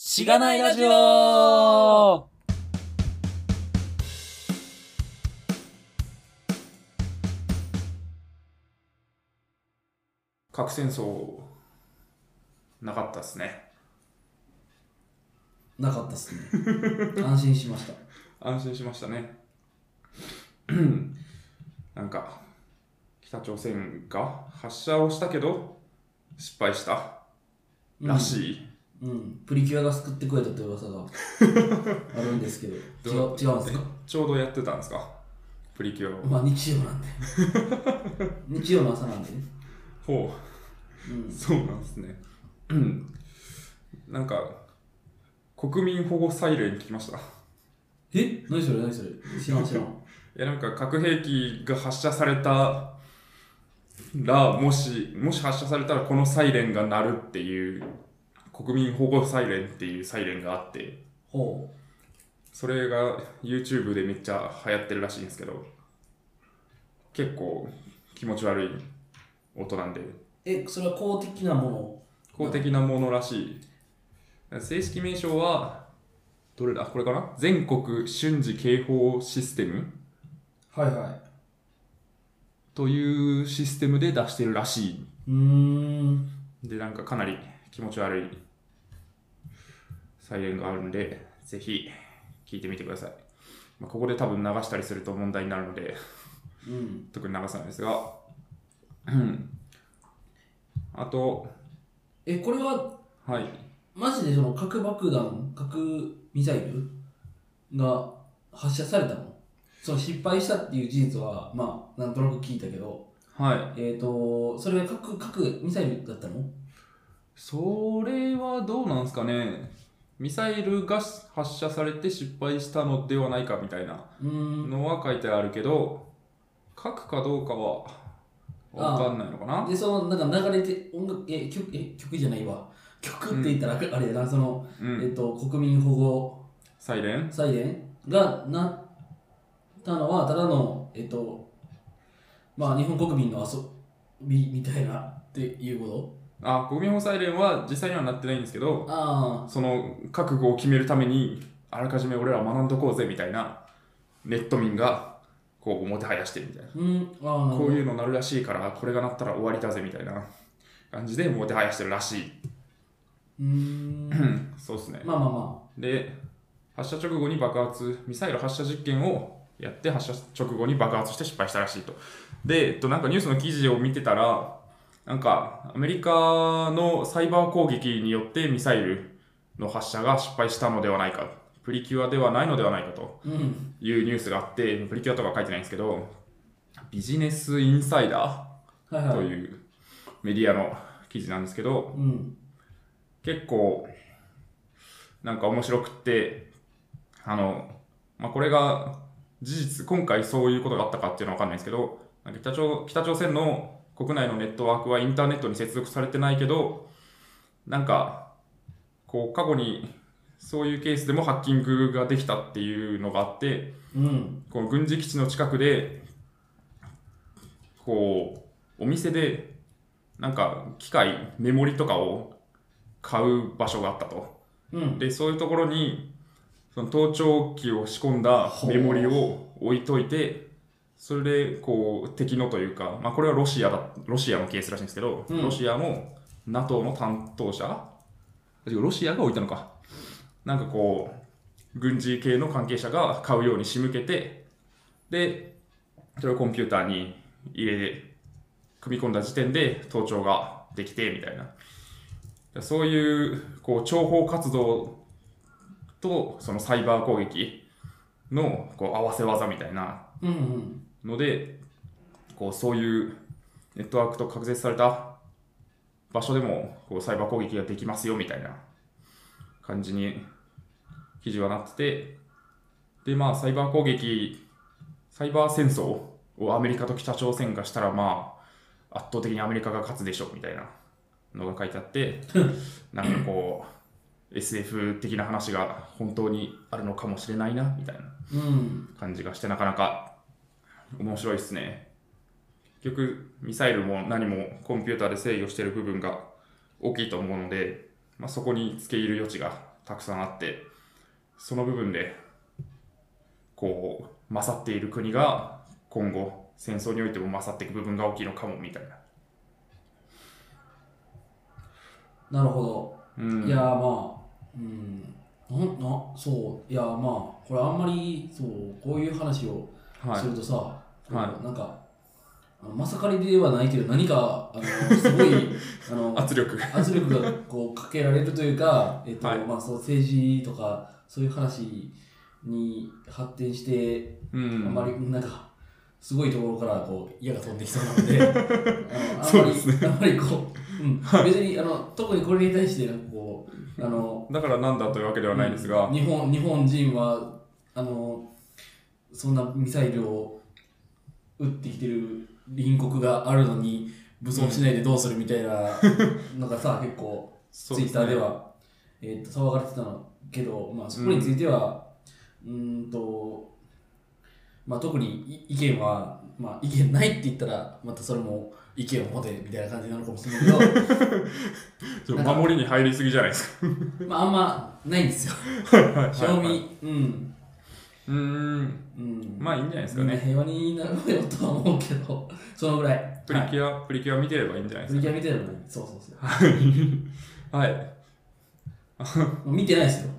しがないラジオ核戦争なかったっすねなかったっすね。 安心しました。安心しましたね なんか北朝鮮が発射をしたけど失敗したらい。しい、うん。プリキュアが救ってくれたって噂 があるんですけど。違どう、違うんですかえちょうどやってたんですかプリキュアを、まあ日曜 なんで。日曜の朝なんでね。ほう。うんそうなんですね なんか国民保護サイレン聞きましたえ何それ何それ知らん知らん。いやなんか核兵器が発射されたらもしもし発射されたらこのサイレンが鳴るっていう国民保護サイレンっていうサイレンがあってほそれが YouTube でめっちゃ流行ってるらしいんですけど結構気持ち悪い音なんでう。え、それは公的なも公的なものらしい正式名称はどれだこれかな全国瞬時警報システムの。はいはい。というシステムで出してるらしいうーん。で、なんかかなり気持ち悪いサイレンがあるんで、ぜひ聞いてみてください。まあ、ここで多分流したりすると問題になるので、うん。特に流さないですが。 うんあと、え、これは、はい。マジでその核爆弾、核ミサイルが発射されたのその失敗したっていう事実は、まあ、なんとなく聞いたけど、はい。えっ、と、それは核、核ミサイルだったのそれはどうなんですかね。ミサイルが発射されて失敗したのではないかみたいなうーん。のは書いてあるけど、書くかどうかはわかんないのかな。で、その、なんか流れて、音楽、え、曲、え、曲じゃないわ。曲って言ったら、あれやな、その、うえっ、ん。と、国民保護サイレンサイレンがなったのは、ただの、えっ、と、まあ、日本国民の遊びみたいなっていうことあ国民保護サイレンは実際にはなってないんですけどあその覚悟を決めるためにあらかじめ俺ら学んどこうぜみたいなネット民がこうもてはやしてるみたいなあ、うん、ああ、なるほこどういうのなるらしいからこれがなったら終わりだぜみたいな感じでもてはやしてるらしいうーん。そうっすねまあまあまで発射直後に爆発ミサイル発射実験をやって発射直後に爆発して失敗したらしいとで、えっと、なんかニュースの記事を見てたらなんかアメリカのサイバー攻撃によってミサイルの発射が失敗したのではないかプリキュアではないのではないかとあ。うん。いうニュースがあってプリキュアとか書いてないんですけどビジネスインサイダはいーはとい。いうメディアの記事なんですけど、うん。結構なんか面白くってあの、まあ、これが事実今回そういうことがあったかっていうのは分かんないんですけどなんか北朝北朝鮮の国内のネットワークはインターネットに接続されてないけどなんかこう過去にそういうケースでもハッキングができたっていうのがあってうん。この軍事基地の近くでこうお店でなんか機械メモリとかを買う場所があったとうん。でそういうところにその盗聴器を仕込んだほうメモリを置いといてそれでこう敵のというか、まあ、これはロシアだロシアのケースらしいんですけど、うんロシアも NATO の担当者ロシアが置いたのかなんかこう軍事系の関係者が買うように仕向けてでそれをコンピューターに入れ組み込んだ時点で盗聴ができてみたいなそういうこう諜報活動とそのサイバー攻撃のこう合わせ技みたいなうんうん。のでこうそういうネットワークと隔絶された場所でもこうサイバー攻撃ができますよみたいな感じに記事はなっててでまあサイバー攻撃サイバー戦争をアメリカと北朝鮮がしたらまあ圧倒的にアメリカが勝つでしょうみたいなのが書いてあってなんかこう SF 的な話が本当にあるのかもしれないなみたいなうん。感じがしてなかなか面白いですね結局ミサイルも何もコンピューターで制御してる部分が大きいと思うので、まあ、そこに付け入る余地がたくさんあってその部分でこう勝っている国が今後戦争においても勝っていく部分が大きいのかもみたいな。なるほど。うん、いやまあ、うん、なんなそう、いやまあ、これあんまりそうこういう話をはいするとさ、はなんか、あのまさかりではないけど、何かあのすごい あの圧力圧力がこうかけられるというか、えっとはいまあ、そう政治とかそういう話に発展して、うんあんまりなんかすごいところからこう矢が飛んできそうなの であのあんそうまでり、すねあんまりこう、うん、別にあの特にこれに対してなんかこうあのだからなんだというわけではないですうがん、日本日本人はあのそんなミサイルを撃ってきてる隣国があるのに武装しないでどうするみたいなのが さ、結構ツそうイすねッターでは、えー、と騒がれてたのけど、まあ、そこについては、うーん、と、まあ、特にい意見は、まあ、意見ないって言ったらまたそれも意見を持てみたいな感じなのかもしれない けど。ちょ守りに入りすぎじゃないですか。まあ、あんまないんですよ。賞味、うん。ううーん、ん。まあいいんじゃないですかみんなね。平和になろうよとは思うけど、 そのぐらい。プリはいキュア、プリキュア見てればいいんじゃないプでリすキかュア見てるのに、そうそうそう。。はい、もう見てない ですよ。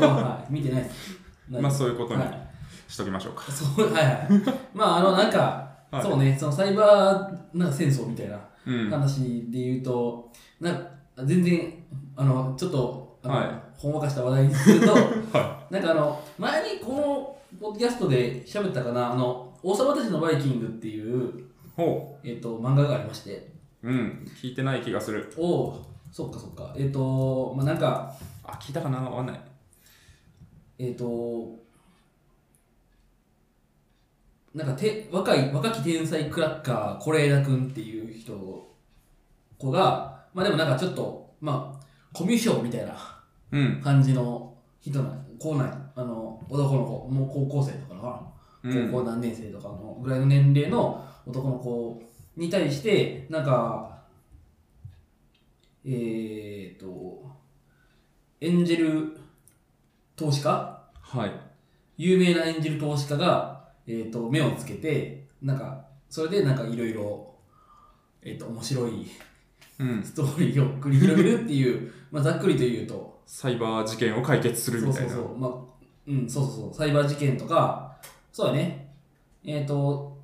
まあはい、見てないです。まあそういうことにはいしときましょうか。そう、はいはい。まあ、あの、なんか、はいそうね、そのサイバーなんか戦争みたいなうん、話で言うと、なんか全然、あの、ちょっと、あのはいほんわかした話題にすると、 はなんかあの前にこのポッドキャストで喋ったかな「あの王様たちのバイキング」っていう、い。ほえっと漫画がありましてう、うん、聞いてない気がする。おおそっかそっかえっ、とまあなんかあ、聞いたかなわかんない。えっ、となんかて若い若き天才クラッカー是枝君っていう人子がまあでもなんかちょっとまあコミュ障みたいなうん、感じの人な子なんあの男の子もう高校生とかなのかなうん、高校何年生とかのぐらいの年齢の男の子に対してなんかえっ、とエンジェル投資家はい。有名なエンジェル投資家が、えー、と目をつけてなんかそれでなんかいろいろえっ、と面白いうん、ストーリーを繰り広げるっていうまあざっくりと言うとサイバー事件を解決するみたいな。そうそうそう、まあ、うん、そうそうそう、サイバー事件とか、そうだね。えっ、と、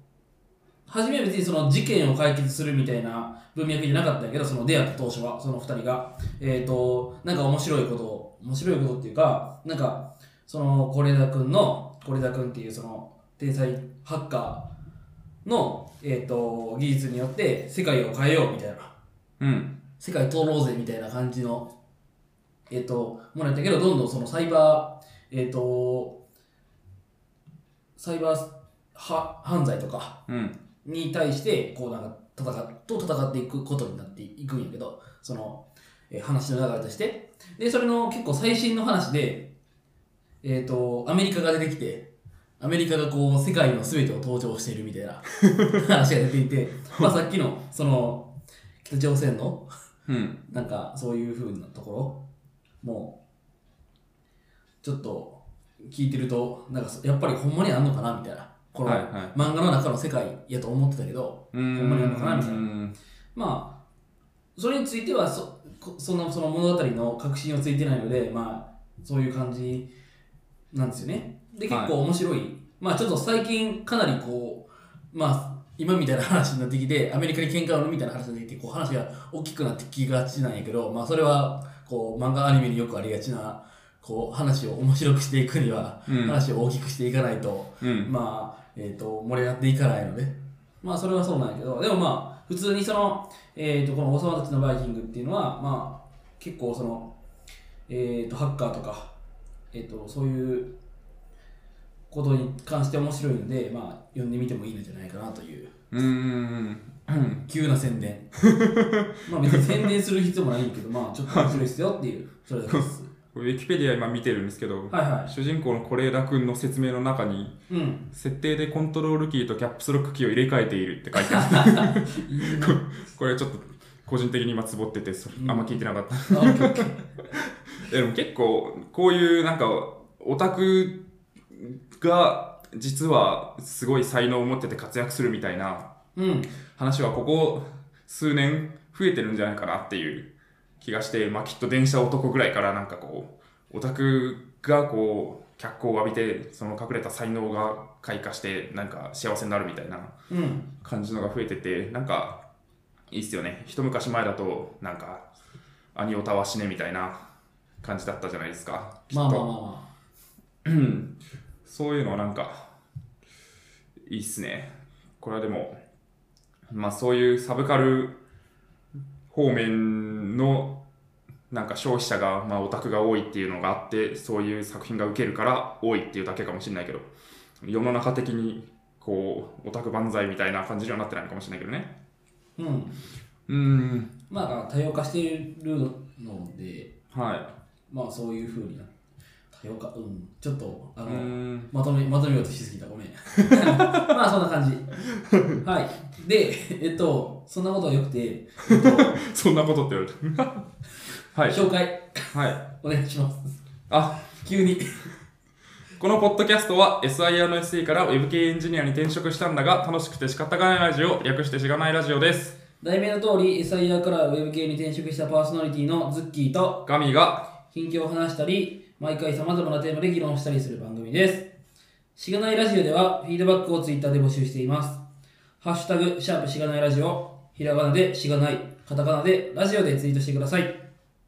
初めは別にその事件を解決するみたいな文脈じゃなかったんやけど、その出会った当初は、その二人が。えっ、と、なんか面白いことを、面白いことっていうか、なんか、その、是枝君の、是枝君っていうその、天才ハッカーの、えっ、と、技術によって世界を変えようみたいな。うん、世界通ろうぜみたいな感じの、えっとものやったけどどんどんそのサイバー、えっとサイバーは犯罪とかうん、に対してこうなんか戦っと戦っていくことになっていくんやけどその、えー話の流れとしてでそれの結構最新の話で、えっとアメリカが出てきてアメリカがこう世界の全てを登場しているみたいな話が出ていて、まあ、さっきのその北朝鮮のうん、なんかそういう風なところもうちょっと聞いてるとなんかそやっぱりほんまにあんのかなみたいなこのはいはい漫画の中の世界やと思ってたけどうん。ほんまにあんのかなみたいなうんまあそれについてはそこそのその物語の確信をついてないのでまあそういう感じなんですよねではい結構面白い、まあちょっと最近かなりこうまあ今みたいな話になってきてアメリカに喧嘩を売るみたいな話になってきてこう話が大きくなってきがちなんやけどまあそれはこう漫画アニメによくありがちなこう話を面白くしていくにはうん話を大きくしていかないと、うん、まあ、えっ、と、盛り上がっていかないので、まあ、それはそうなんやけど、でもまあ、普通にその、えっ、と、この王様たちのバイキングっていうのは、まあ、結構その、えっ、と、ハッカーとか、えっ、と、そういうことに関して面白いので、まあ、読んでみてもいいのじゃないかなという、うん、うん、急な宣 伝。まあ、別に宣伝する必要もないんやけど、まあ、ちょっと面白いですよっていう、それだけです。 これウィキペディア今見てるんですけど、はいは主人公の是枝君の説明の中に、い。うん。設定でコントロールキーとキャップスロックキーを入れ替えているって書いてあ る。いい ねこれちょっと個人的に今つぼってて、それあんま聞いてなかった。あオッケーオッケーえでも結構、こういうなんか、オタクが実はすごい才能を持ってて活躍するみたいなうん。話はここ数年増えてるんじゃないかなっていう気がして、まあきっと電車男ぐらいからなんかこう、オタクがこう、脚光を浴びて、その隠れた才能が開花して、なんか幸せになるみたいなうん。感じのが増えててなんかいいっすよね一昔前だとなんか兄オタは死ねみたいな感じだったじゃないですかきっと、まあまあまあまうんそういうのはなんかいいっすねこれはでもまあそういうサブカル方面のなんか消費者が、まあ、オタクが多いっていうのがあってそういう作品が受けるから多いっていうだけかもしれないけど世の中的にこうオタク万歳みたいな感じにはなってないのかもしれないけどねあ。うん。うん、まあ、多様化しているので、はまあ、そういうふうにな。多様化、うん。ちょっと、あい。の、ん、まとめ、まとめようとしすぎた。 ごめん。まあ、そんな感じ。はい。で、えっと、そんなことはよくて、えっとそんなことって言われて。 はい。紹介、はい。お願いします。あ、急に。このポッドキャストは SIR の SE から Web 系エンジニアに転職したんだが、楽しくて仕方がないラジオ、略してしがないラジオです。題名の通り、SIR からウェブ系に転職したパーソナリティのズッキーと、ガミが、近況を話したり、毎回様々なテーマで議論したりする番組です。しがないラジオでは、フィードバックをツイッターで募集しています。ハッシュタグ、シャープしがないラジオ、ひらがなでしがない、カタカナでラジオでツイートしてください。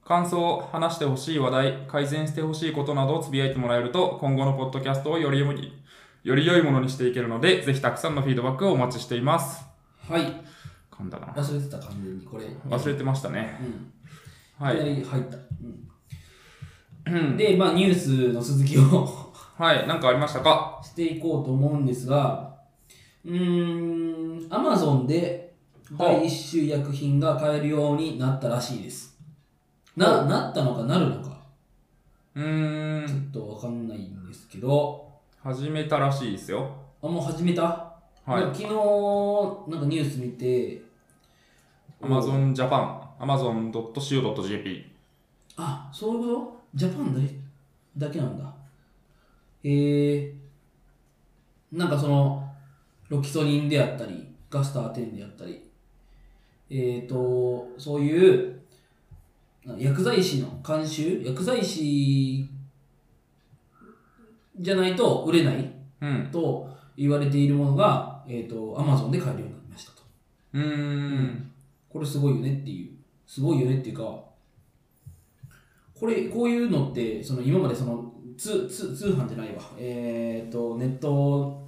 感想、話してほしい話題、改善してほしいことなどをつぶやいてもらえると、今後のポッドキャストをよりよりより良いものにしていけるので、ぜひたくさんのフィードバックをお待ちしています。はい。噛んだな。忘れてた、完全にこれ。忘れてましたね。うん。はい。きないり入った。うん、で、まあ、ニュースの続きを はい。なんかありましたかしていこうと思うんですが、うーん、Amazon で第一種医薬品が買えるようになったらしいです。な、なったのかなるのか、うーちょん。っとわかんないんですけど、始めたらしいですよ。あ、もう始めた、はいなん。か昨日、なんかニュース見て、 Amazon Japan、amazon.co.jp。あ、そういうことジャパンだけだけなんだ。へえなんかその、ロキソニンであったり、ガスター10であったり、えっ、と、そういう、な薬剤師の監修薬剤師じゃないと売れないうん。と言われているものが、えっ、と、Amazon で買えるようになりましたと。うーん。これすごいよねっていうすごいよねっていうかこれこういうのってその今までその通通通販じゃないわえっ、とネット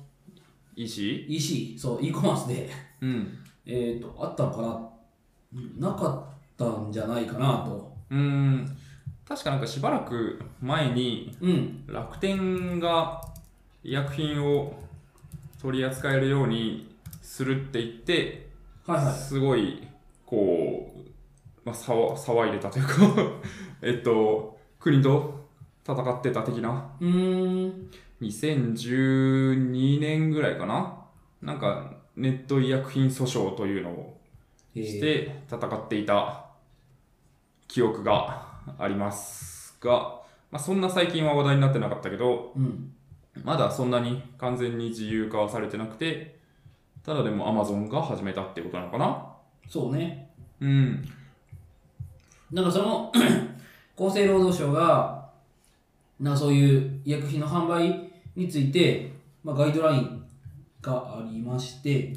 いいし EC そう e コマースでうん。えっ、とあったのかななかったんじゃないかなとうーん。確かなんかしばらく前にうん楽天が医薬品を取り扱えるようにするって言って、はいはいすごい、こう、まあ、さわ騒いでたというか、 えっと、国と戦ってた的な。うーん2012年ぐらいかななんかネット医薬品訴訟というのをえしー、て戦っていた記憶がありますが、まあ、そんな最近は話題になってなかったけどうんまだそんなに完全に自由化はされてなくてただでも Amazon が始めたってことなのかなそうねうんなんかその 厚生労働省がなんかそういう医薬品の販売について、まあ、ガイドラインがありまして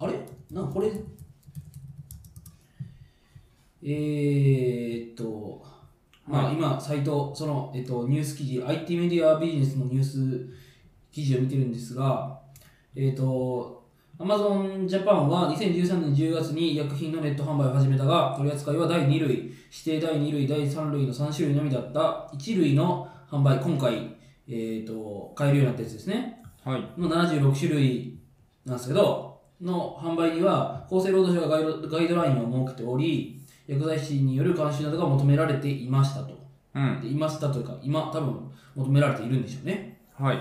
あれなんかこれえー、っとまはあい今サイトその、えっと、ニュース記事 IT メディアビジネスのニュース記事を見てるんですがえっと Amazon Japan は2013年10月に医薬品のネット販売を始めたが、取り扱いは第2類、指定第2類、第3類の3種類のみだった1類の販売、今回、えー、と買えるようになったやつですね、はいの76種類なんですけど、の販売には厚生労働省がガイドガイドラインを設けており、薬剤師による監修などが求められていましたと。うんでいましたというか、今、多分求められているんでしょうね。はい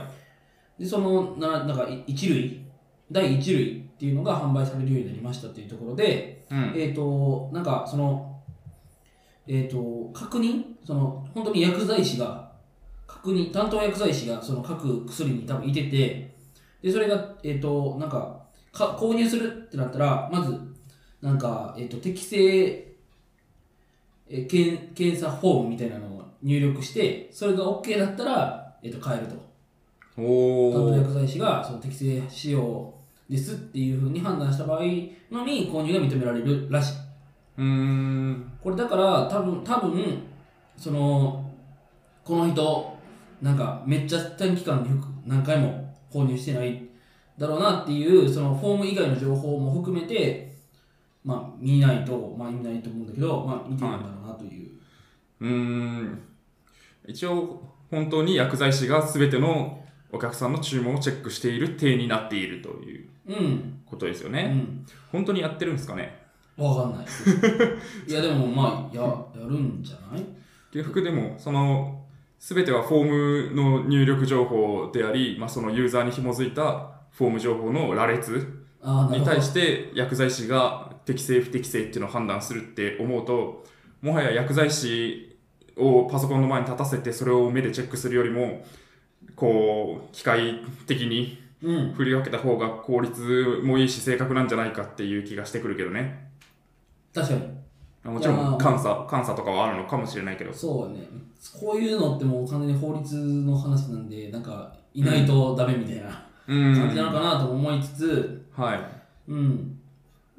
でそのななんかい一類第一類っていうのが販売されるようになりましたっていうところで、うんえっ、となんかそのえっ、と、確認その、本当に薬剤師が、確認、担当薬剤師が、その各薬に多分いてて、で、それが、えっ、と、なんか、か、購入するってなったら、まず、なんか、えっ、と、適正、えー検、検査フォームみたいなのを入力して、それが OK だったら、えっ、と、買えると。お担当お薬剤師がその適正使用ですっていうふうに判断した場合のみ購入が認められるらしい。うーんこれだから多分、多分、その、この人、なんかめっちゃ短期間で服何回も購入してないだろうなっていう、そのフォーム以外の情報も含めて、まあ見ないと、まあ意味ないと思うんだけど、まあ見てるんだろうなという。うーん一応本当に薬剤師が全てのお客さんの注文をチェックしている体になっているといううん。ことですようね、ん。本当にやってるんですかねわかんない。 いやでもまあ、や、やるんじゃない結局でもその全てはフォームの入力情報であり、まあ、そのユーザーに紐づいたフォーム情報の羅列ああ、なるにほど対。して薬剤師が適正不適正っていうのを判断するって思うともはや薬剤師をパソコンの前に立たせてそれを目でチェックするよりもこう機械的にうん。振り分けた方が効率もいいし正確なんじゃないかっていう気がしてくるけどね確かに。もちろいやーん監査監査とかはあるのかもしれないけどそうね。こういうのってもう完全に法律の話なんで、なんか、いないとダメみたいなうん感じなのかなとも思いつつ、はいうん。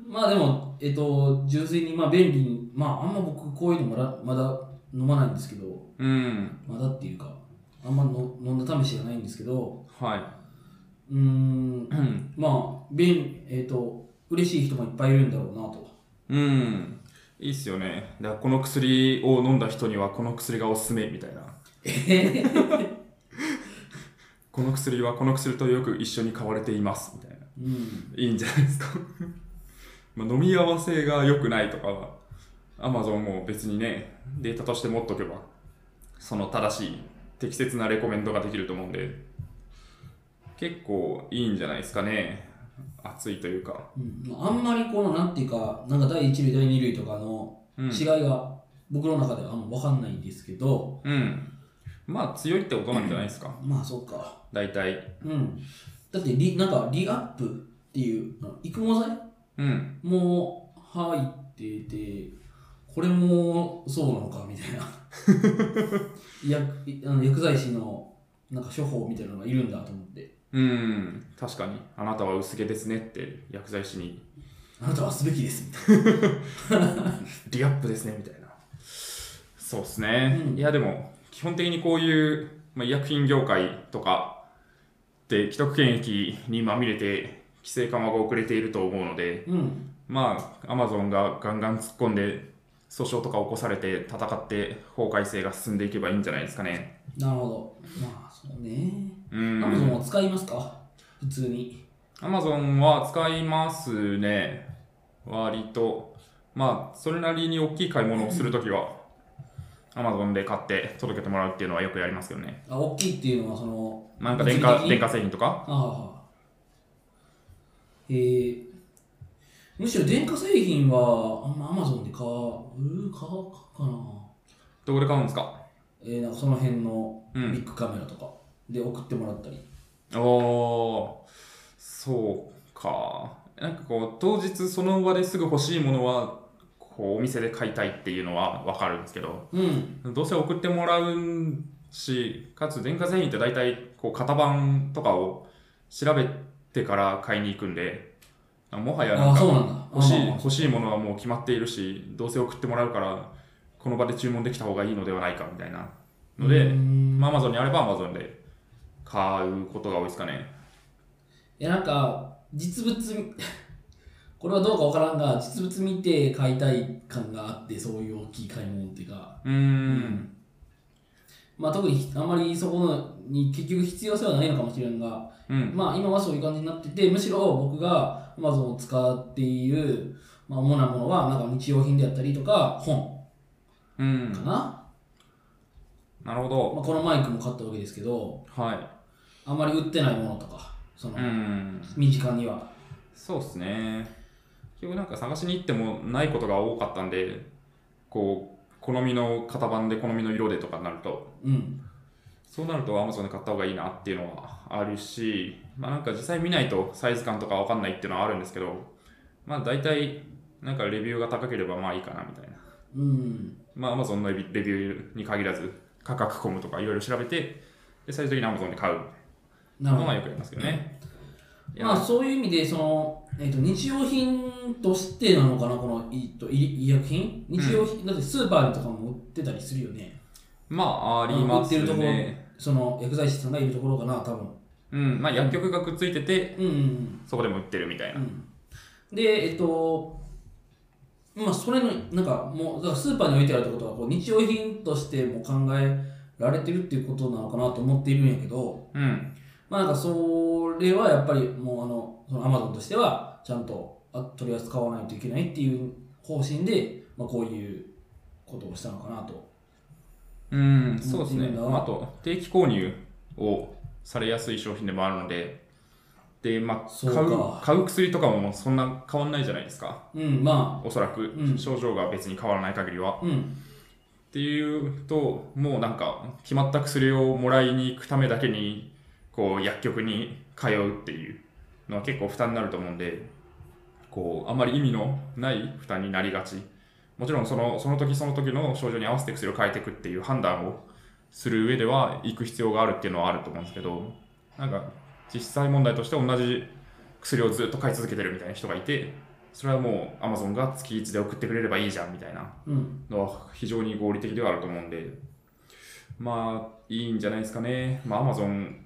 まあでも、えっと、純粋に、まあ便利に、まああんま僕こういうのまだ、まだ飲まないんですけど、うんまだっていうか、あんまの飲んだ試しがないんですけど、はうーんい。、うん。まあ、便、えっと、嬉しい人もいっぱいいるんだろうなと。 うん。いいっすよね。だからこの薬を飲んだ人にはこの薬がおすすめみたいな。えーこの薬はこの薬とよく一緒に買われていますみたいな。うん。いいんじゃないですか。 まあ飲み合わせが良くないとかは、Amazon も別にね、データとして持っとけば、その正しい、適切なレコメンドができると思うんで、結構いいんじゃないですかね。熱いというか。うん、あんまりこの、なんていうか、なんか第一類、第二類とかの、うん。違いが僕の中ではあんま分かんないんですけど、うん。まあ強いってことなんじゃないですか。まあそうか。大体。うん。だってリ、なんか、リアップっていう、あの育毛剤うん。も入ってて、これもそうなのかみたいな。 薬あの薬剤師のなんか処方みたいなのがいるんだと思って、うん、確かに。あなたは薄毛ですねって薬剤師に、あなたはすべきですみたいリアップですねみたいな。そうですね。うんいや、でも、基本的にこういう、まあ、医薬品業界とかで既得権益にまみれて、規制緩和が遅れていると思うので、な。うん。まあ、アマゾンがガンガン突っ込んで、訴訟とか起こされて、戦って、法改正が進んでいけばいいんじゃないですかね。なるほど。まあそうね。うアん。マゾンは使いますか普通に。アマゾンは使いますね。割と。まあ、それなりに大きい買い物をするときは、アマゾンで買って届けてもらうっていうのはよくやりますけどね。あ、大きいっていうのはその、まあなんか電化物理的に電化製品とかああ。えー、むしろ電化製品はあんま Amazon で買う買うかな。どこで買うんですかえー、なんかその辺のうビッん。グカメラとかで送ってもらったり。おー、そうか。なんかこう、当日その場ですぐ欲しいものは、こう、お店で買いたいっていうのはわかるんですけど、うん。どうせ送ってもらうし、かつ電化製品って大体こう型番とかを調べてから買いに行くんで、あもはやあなあ、んそうかなんだ。欲しいああ欲しいものはもう決まっているし、どうせ送ってもらうから、この場で注文できた方がいいのではないかみたいなのうーで、んまあ Amazon にあれば Amazon で買うことが多いですかね。いや、なんか、実物み、 これはどうかわからんが、実物見て買いたい感があって、そういう大きい買い物っていうか。うーん、まあ、特にあんまりそこのに結局必要性はないのかもしれんが、うん、まあ今はそういう感じになってて、むしろ僕が Amazon を使っている、まあ、主なものは、なんか日用品であったりとか、本うんか、な。なるほど。まあ、このマイクも買ったわけですけど、はあんまり売ってないものとか、そのい。う、ん身近には。そうですね。結局なんか探しに行ってもないことが多かったんで、こう、好みの型番で好みの色でとかになると、うん。そうなると Amazon で買った方がいいなっていうのはあるし、まあなんか実際見ないとサイズ感とかわかんないっていうのはあるんですけど、まあ大体なんかレビューが高ければまあいいかなみたいな。うん。まあ Amazon のレビレビューに限らず価格コムとかいろいろ調べて、で最終的に Amazon で買うみたないなるのほど。はまあよくやりますけどね。いやまあ、そういう意味で、その、えっ、と、日用品としてなのかな、この、いと医医薬品日用品、だってスーパーとかも売ってたりするよね。まああります売ってるとこね。その、薬剤師さんがいるところかな、多分。うん、まあ薬局がくっついてて、うんうんうん。そこでも売ってるみたいな。うん、でえっとまあそれのなんかもうだからスーパーに置いてあるってことはこう日用品としても考えられてるっていうことなのかなと思っているんやけどうん。まあなんかそれはやっぱりもうあのそのアマゾンとしてはちゃんとあ取り扱わないといけないっていう方針で、まあ、こういうことをしたのかなと。うん、そうですうね。んあと、定期購入をされやすい商品でもあるので、で、まあ、そう買うか買う薬とかもそんな変わんないじゃないですか。うんまおそらく、うん症状が別に変わらない限りは。あうんっていうと、もうなんか、決まった薬をもらいに行くためだけに、こう、薬局に通うっていうのは結構負担になると思うんで、こう、あんまり意味のない負担になりがち。もちろんその、その時その時の症状に合わせて薬を変えていくっていう判断をする上では、行く必要があるっていうのはあると思うんですけど、なんか、実際問題として同じ薬をずっと買い続けてるみたいな人がいて、それはもう Amazon が月1で送ってくれればいいじゃんみたいなうんのは非常に合理的ではあると思うんで、まあ、いいんじゃないですかね。まあ、アマゾン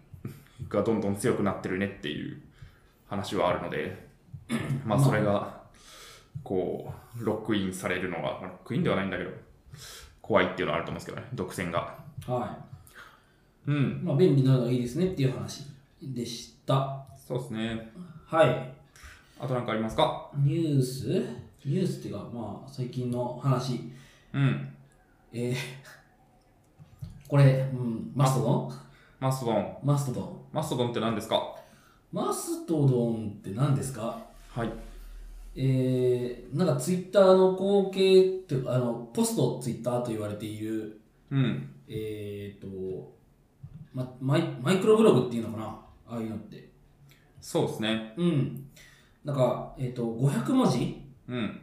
がどんどん強くなってるねっていう話はあるので、まあ、それが、こう、ロックインされるのは、ロックインではないんだけど、怖いっていうのはあると思うんですけどね、独占が。はうん、いまあ、便利なのがいいですねっていう話でした。そうですね。はいあとなんかありますかニュースニュースっていうか、まあ、最近の話。うん。えー、 これ、うん、マストドンマストドン。マストドン。マストドンって何ですかマストドンって何ですかはい。えー、なんかツイッターの後継っていうか、あの、ポストツイッターと言われている、うん。えーと、ま、マイマイクロブログっていうのかなああいうのって。そうですね。うん。なんか、えっ、と、500文字うん。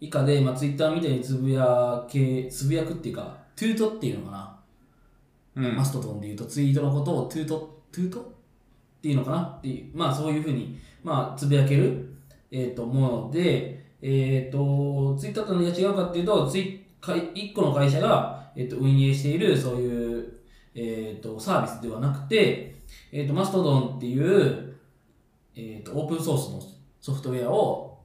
以下で、まあ、ツイッターみたいにつぶやけ、つぶやくっていうか、トゥートっていうのかな、うんマ。ストドンで言うとツイートのことをトゥート、トゥートっていうのかなっていう、まあそういうふうに、まあつぶやける、えっ、と、もので、えっ、と、ツイッターと何が違うかっていうと、ツイか一個の会社が、えっ、と、運営している、そういう、えっ、と、サービスではなくて、えっ、と、マストドンっていう、えっ、と、オープンソースのソフトウェアを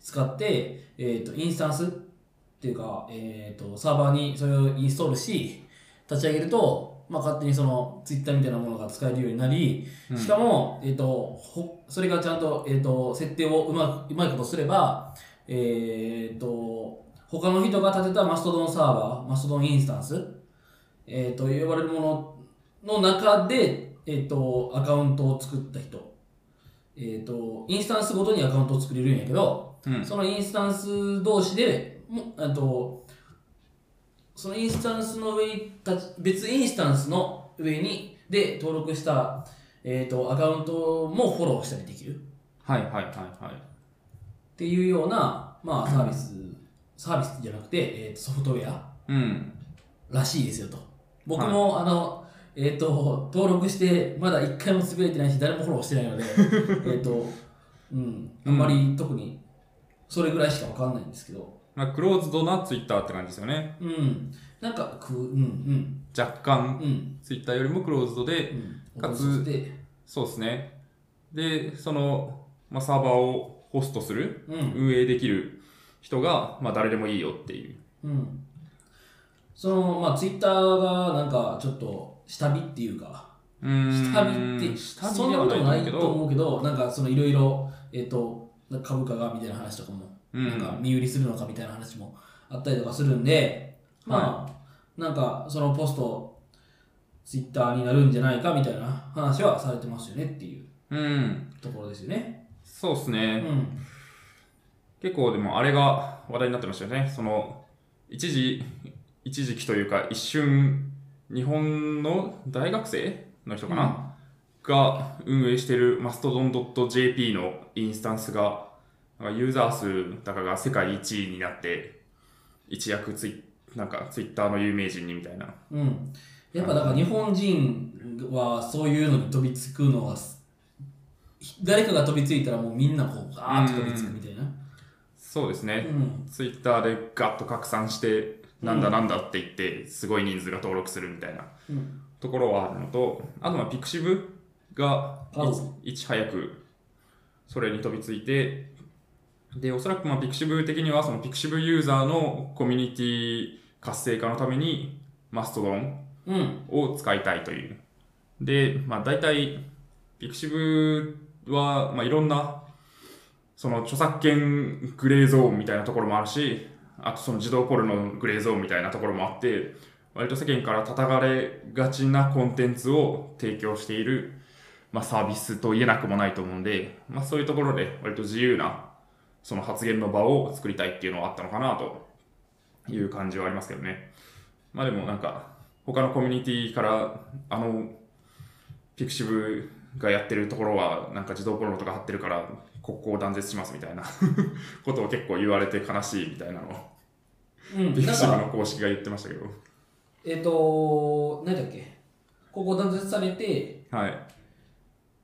使って、えっ、と、インスタンスっていうか、えっ、と、サーバーにそれをインストールし、立ち上げると、まあ、勝手にそのツイッターみたいなものが使えるようになり、うんしかも、えっとほそれがちゃんと,、えっと設定をうまくうまいことすれば、えっと他の人が立てたマストドンサーバーマストドンインスタンス、えっと呼ばれるものの中で、えっとアカウントを作った人、えっとインスタンスごとにアカウントを作れるんやけど、うん。そのインスタンス同士で、もあとそのインスタンスの上に立ち、別インスタンスの上に、で、登録した、えっ、と、アカウントもフォローしたりできるっはいはいはいはい。ていうような、まあ、サービス、サービスじゃなくて、えーとソフトウェアうん。らしいですよと。僕も、あの、えっ、と、登録して、まだ一回もつぶやいてないし、誰もフォローしてない ので、えっと、うん、あんまり特に、それぐらいしかわかんないんですけど、まあ、クローズドなツイッターって感じですよね。うん、なんかく、うん若うん干、うんツイッターよりもクローズドで、うん、かつそして、そうですね。で、その、まあ、サーバーをホストする、うん運営できる人が、まあ、誰でもいいよっていう。うん、そのまあツイッターがなんかちょっと下火っていうかうーん。下火って下そ火んでなはこないととな思いうけとど、思うけどなんかそのいろいろえっ、となんか株価がみたいな話とかも、うんなんか身売りするのかみたいな話もあったりとかするんでまあ、なんかそのポストツイッターになるんじゃないかみたいな話はされてますよねっていううん。ところですよね。そうですうね。ん、結構でもあれが話題になってましたよね。その、一時、一時期というか、一瞬、日本の大学生の人かな、が運営しているマストドン .jp のインスタンスが、なんかユーザー数だかが世界1位になって、一躍ツイなんかツイッターの有名人にみたいな。うん。やっぱだから日本人はそういうのに飛びつくのは、誰かが飛びついたらもうみんなこうガーッと飛びつくみたいな。そうですね。うん。ツイッターでガッと拡散して、なんだなんだって言って、すごい人数が登録するみたいなうん。ところはあるのと、あとはピクシブがあいいち早くそれに飛びついて、で、おそらくまあピクシブ的にはそのピクシブユーザーのコミュニティ活性化のためにマストドンうん。を使いたいという。で、まあ大体、ピクシブは、まあいろんな、その著作権グレーゾーンみたいなところもあるし、あとその自動ポルノグレーゾーンみたいなところもあって、割と世間から叩かれがちなコンテンツを提供している、まあサービスと言えなくもないと思うんで、まあそういうところで割と自由な、その発言の場を作りたいっていうのはあったのかなという感じはありますけどね。まあでもなんか、他のコミュニティから、あの、ピクシブがやってるところは、なんか自動ポルノとか貼ってるから、国交を断絶しますみたいな ことを結構言われて悲しいみたいなのを、うん。ピクだシかブらの公式が言ってましたけど。えっ、と、何だっけ、ここ断絶されて、はい。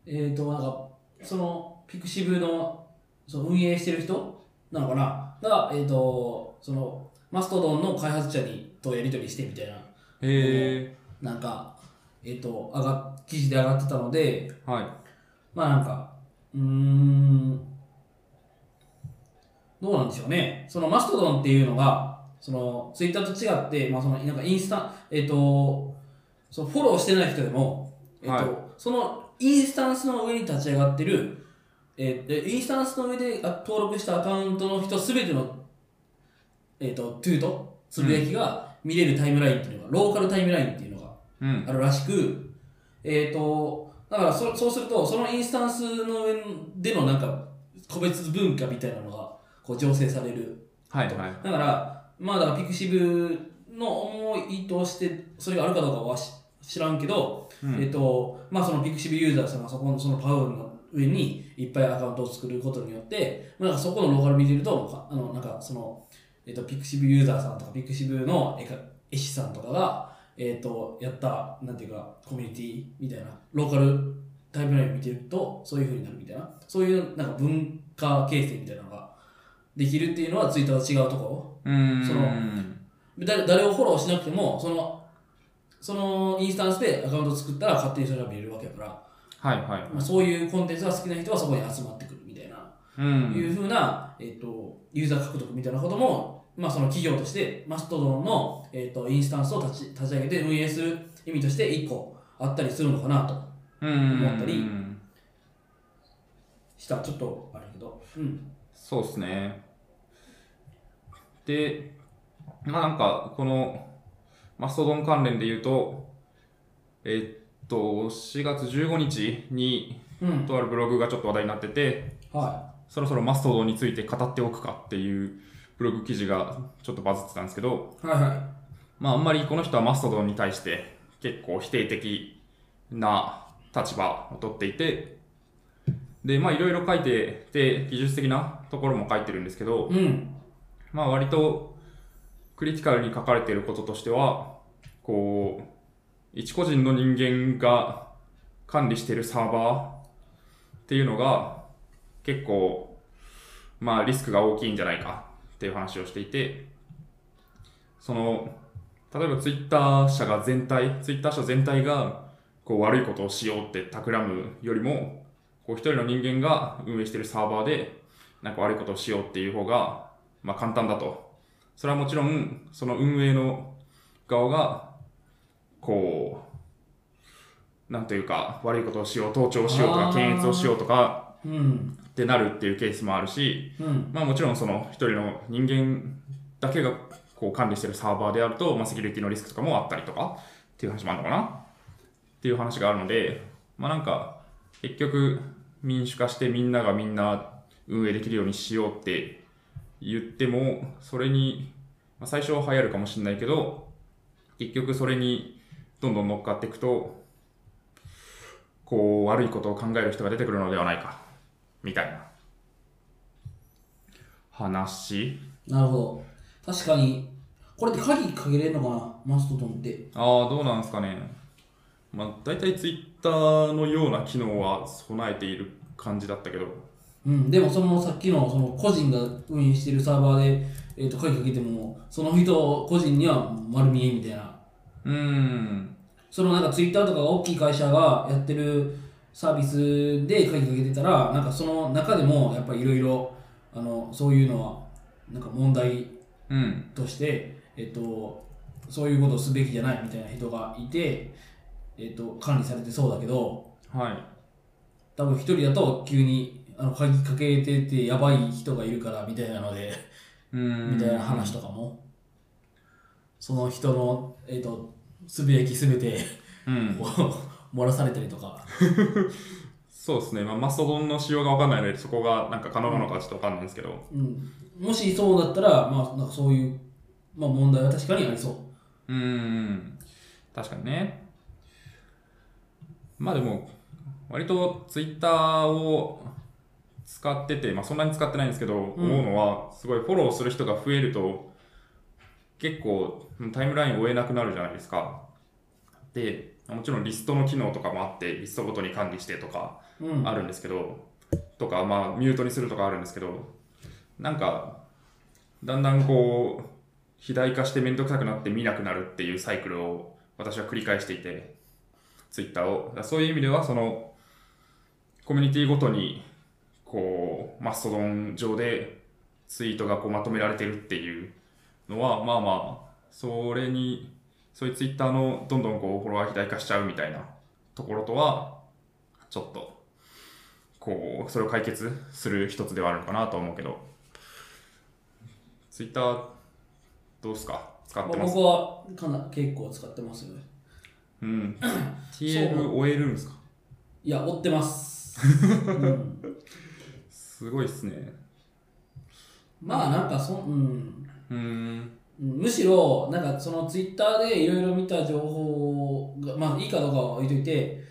えっ、と、なんか、その、ピクシブのその運営してる人なのかなが、えっ、と、その、マストドンの開発者にとやり取りしてみたいへな、なんか、えっ、と、上が記事で上がってたので、ー。はい。まあなんか、うーん、どうなんでしょうね。そのマストドンっていうのが、そのツイッターと違って、まあそのなんかインスタ、えっ、と、そのフォローしてない人でも、えっ、と、はいそのインスタンスの上に立ち上がってる、えーインスタンスの上であ登録したアカウントの人すべての、えっ、と、トゥート、つぶやきが見れるタイムラインっていうのが、ローカルタイムラインっていうのがうん。あるらしく、えー、とだからそそうするとそのインスタンスの上でのなんか個別文化みたいなのがこう醸成されるはいと、はい。だからまあだからピクシブの思いとしてそれがあるかどうかはし知らんけど、うんえっ、とまあそのピクシブユーザーさんがそこのそのパウルの上にいっぱいアカウントを作ることによって、まあ、なんかそこのローカル見てるとかあのなんかその、えっとピクシブユーザーさんとかピクシブの絵か絵師さんとかが、えっとやったなんていうかコミュニティみたいなローカルタイムライン見てるとそういうふうになるみたいなそういうなんか文化形成みたいなのができるっていうのはツイッターと違うところうーん。その誰誰をフォローしなくてもそのそのインスタンスでアカウントを作ったら勝手にそれが見れるわけだから、はいはい。まあ、そういうコンテンツが好きな人はそこに集まってくるみたいな、ういん。うふうな、えっとユーザー獲得みたいなことも、まあ、その企業としてマストドンの、えっとインスタンスを立ち立ち上げて運営する意味として1個あったりするのかなとうん。思ったりしたちょっとあれだけど、うん、そうですね。で、まあなんか、このマストドン関連で言うと、えっと、4月15日に、うん、とあるブログがちょっと話題になってて、はそろそろマストドンについて語っておくかっていうブログ記事がちょっとバズってたんですけど、いはいはまあ、あんまりこの人はマストドンに対して結構否定的な立場を取っていて、で、まあ、いろいろ書いてて、技術的なところも書いてるんですけど、いうんまあ、割とクリティカルに書かれていることとしては、こう、一個人の人間が管理しているサーバーっていうのが結構、まあ、リスクが大きいんじゃないかっていう話をしていて、その、例えばツイッター社が全体、ツイッター社全体がこう悪いことをしようって企むよりも、こう一人の人間が運営しているサーバーでなんか悪いことをしようっていう方が、まあ簡単だと。それはもちろん、その運営の側が、こう、なんというか、悪いことをしよう、盗聴をしようとあか、ー検閲をしようとかうんってなるっていうケースもあるし、うんまあもちろんその一人の人間だけがこう管理してるサーバーであると、まあセキュリティのリスクとかもあったりとかっていう話もあるのかなっていう話があるので、まあなんか結局民主化してみんながみんな運営できるようにしようって言っても、それにまあ、最初は流行るかもしれないけど、結局それにどんどん乗っかっていくと、こう、悪いことを考える人が出てくるのではないか、みたいな話。なるほど。確かに、これって鍵かけれるのかなマストドンって。ああ、どうなんですかね。まあ、大体ツイッターのような機能は備えている感じだったけど、うん、でもそのさっきのその個人が運営しているサーバーで、えー、と鍵かけても、その人個人には丸見えみたいな。うーん、そのなんかツイッターとかが大きい会社がやってるサービスで鍵かけてたら、なんかその中でもやっぱりいろいろ、あの、そういうのは、なんか問題うん、として、えっと、そういうことをすべきじゃないみたいな人がいて、えっと、管理されてそうだけど、はい。多分一人だと急にあの鍵かけててやばい人がいるからみたいなので、うーんみたいな話とかも、その人の、えっと、すべきすべてうん、を 漏らされたりとか、そうですね、まあ、マストドンの仕様が分かんないので、そこがなんか可能なのかちょっと分かんないんですけど、うん、もしそうだったら、まあ、なんかそういう、まあ、問題は確かにありそうーん、確かにね。まあでも、割とツイッターを使ってて、まあ、そんなに使ってないんですけど、ん思うのは、すごいフォローする人が増えると、結構タイムライン追えなくなるじゃないですか。で、もちろんリストの機能とかもあって、リストごとに管理してとか、う。うん、あるんですけど、とか、まあ、ミュートにするとかあるんですけど、なんか、だんだんこう、肥大化して面倒くさくなって見なくなるっていうサイクルを私は繰り返していて、ツイッターを。だからそういう意味では、その、コミュニティごとに、こう、マストドン上でツイートがこうまとめられてるっていうのは、まあまあ、それに、そういうツイッターのどんどんこうフォロワー肥大化しちゃうみたいなところとは、ちょっとこう、それを解決する一つではあるのかなと思うけど、ツイッター、どうっすか使まあってます僕はかな結構使ってますよね。 うん。TL 終えるんですかいや、追って ます。うんすごいっすね。まあ、なんかそ、うん、うーん。むしろ、なんかそのツイッターでいろいろ見た情報が、まあいいかどうかは置いといて、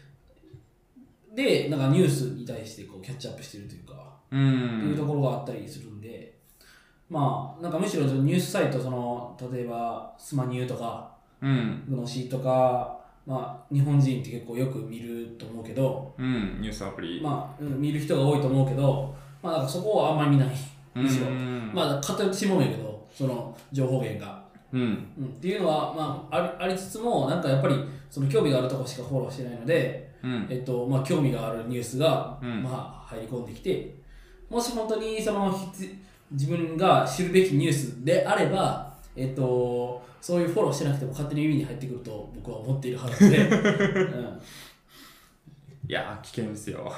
で、なんかニュースに対してこうキャッチアップしてるというか、ってういうとん。ころがあったりするんで、まあ、なんかむしろニュースサイト、その、例えばスマニューとか、うん。グノシーとか、まあ日本人って結構よく見ると思うけど、うん。ニュースアプリ。まあうん見る人が多いと思うけど、まあなんかそこはあんまり見ない。むしろう。ん。まあ偏ってしまうんやけど、その情報源が。うん。うん、っていうのは、まあ、ありありつつも、なんかやっぱりその興味があるとこしかフォローしてないので、うん。えっとまあ、興味があるニュースが、うんまあ、入り込んできて、もし本当にその必自分が知るべきニュースであれば、えっと、そういうフォローしてなくても勝手に耳に入ってくると僕は思っているは ずで、うん、いやー、危険ですよ。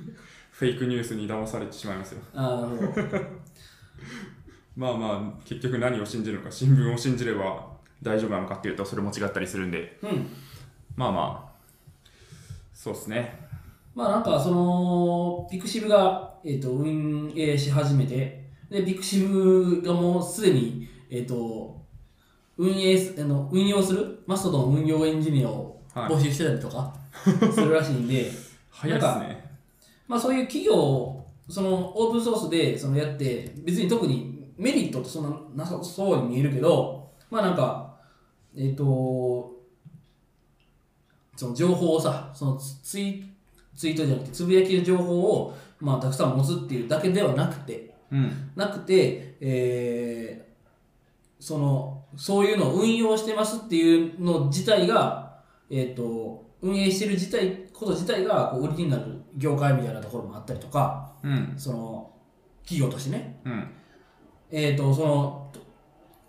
フェイクニュースに騙されてしまいますよ。あーなるほどまあまあ、結局何を信じるのか、新聞を信じれば大丈夫なのかっていうと、それも違ったりするんで、うんまあまあ、そうっすね。まあなんかそのピクシブが、えー、と運営し始めてでピクシブがもうすでに、えー、と運営すあの運用するマストドン運用エンジニアをはい募集してたりとかするらしいんで、早いですね。まあ、そういう企業をそのオープンソースでそのやって別に特にメリットってそんななさそうに見えるけどまあなんかえっ、とその情報をさそのツツイツイートじゃなくてつぶやきの情報を、まあ、たくさん持つっていうだけではなくてうん。なくて、えーそのそういうのを運用してますっていうの自体が、えっと運営してる自体こと自体がこう売りになる業界みたいなところもあったりとかうん。その企業としてね、うん。えっとそのと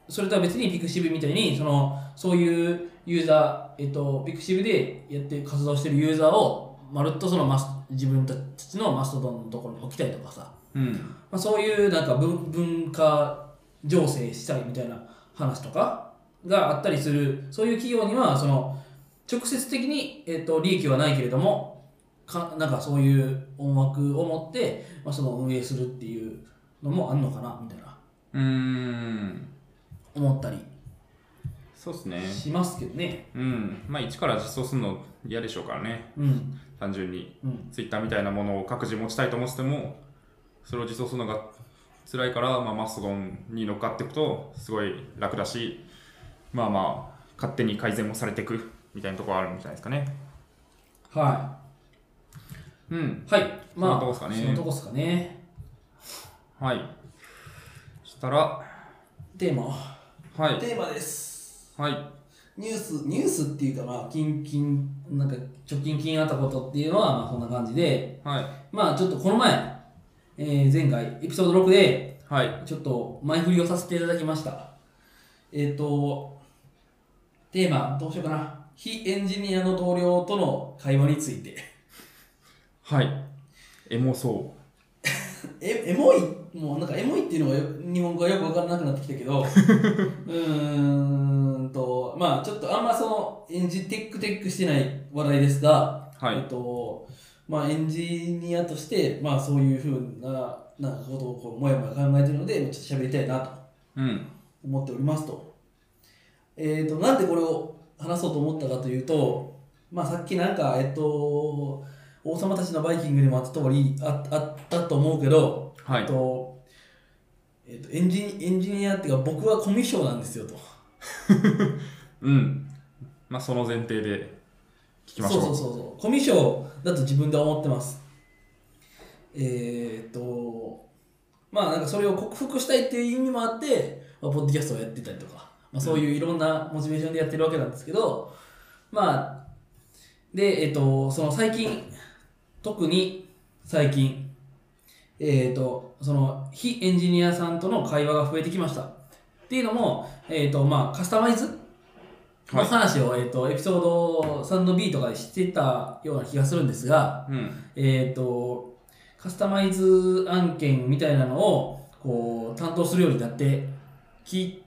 それとは別にピクシブみたいにそのそういうユーザー、えっとピクシブでやって活動してるユーザーをまるっとそのマス自分たちのマストドンのところに置きたいとかさうん。まあ、そういうなんか文文化情勢したいみたいな話とかがあったりするそういう企業にはその直接的に、えっと利益はないけれどもかなんかそういう思惑を持って、まあ、その運営するっていうのもあるのかなみたいなうーん。思ったりそうですね。しますけどね。うん。まあ、一から実装するの嫌でしょうからね。うん。単純に。うん。ツイッターみたいなものを各自持ちたいと思ってても、それを実装するのが辛いから、まあ、マストドンに乗っかっていくと、すごい楽だし、まあまあ、勝手に改善もされていくみたいなところあるんじゃないですかね。はうん。い。はい。まあ、そんなとこっすかねそんなとこっすかね。はい。そしたら、はテーマ。い。テーマです。はい。ニュース、ニュースっていうか、まあ、近々、なんか、直近気になったことっていうのは、まあ、そんな感じで、はい。まあ、ちょっとこの前、えー前回、エピソード6で、はい。ちょっと前振りをさせていただきました。えっ、と、テーマ、どうしようかな。非エンジニアの同僚との会話について。 はい。エモそえ、エモい、もうなんかエモいっていうのがよ日本語がよくわからなくなってきたけど、う ーんと、まあちょっとあんまその、エンジテックテックしてない話題ですが、う。はえっい。と、まあエンジニアとして、まあそういうふうな、なんかことをこう、もやもや考えてるので、ちょっと喋りたいなと。うん。思っておりますと。えー、となんでこれを話そうと思ったかというと、まあ、さっきなんか、えっと、王様たちのバイキングでもあった通りああったと思うけど、はえっい。とえっと、エンジニエンジニアっていうか僕はコミュ障なんですよと。うん。まあ、その前提で聞きましょう。そうそうそうそうコミュ障だと自分で思ってますえー、っとまあなんかそれを克服したいっていう意味もあって、まあ、ポッドキャストをやってたりとか、まあ、そういういろんなモチベーションでやってるわけなんですけど、まあでえーっとその最近特に最近えー、っとその非エンジニアさんとの会話が増えてきましたっていうのも、えーっとまあ、カスタマイズの話を、えっとエピソード 3B とかでしてたような気がするんですが、うん。えっとカスタマイズ案件みたいなのをこう担当するようになってき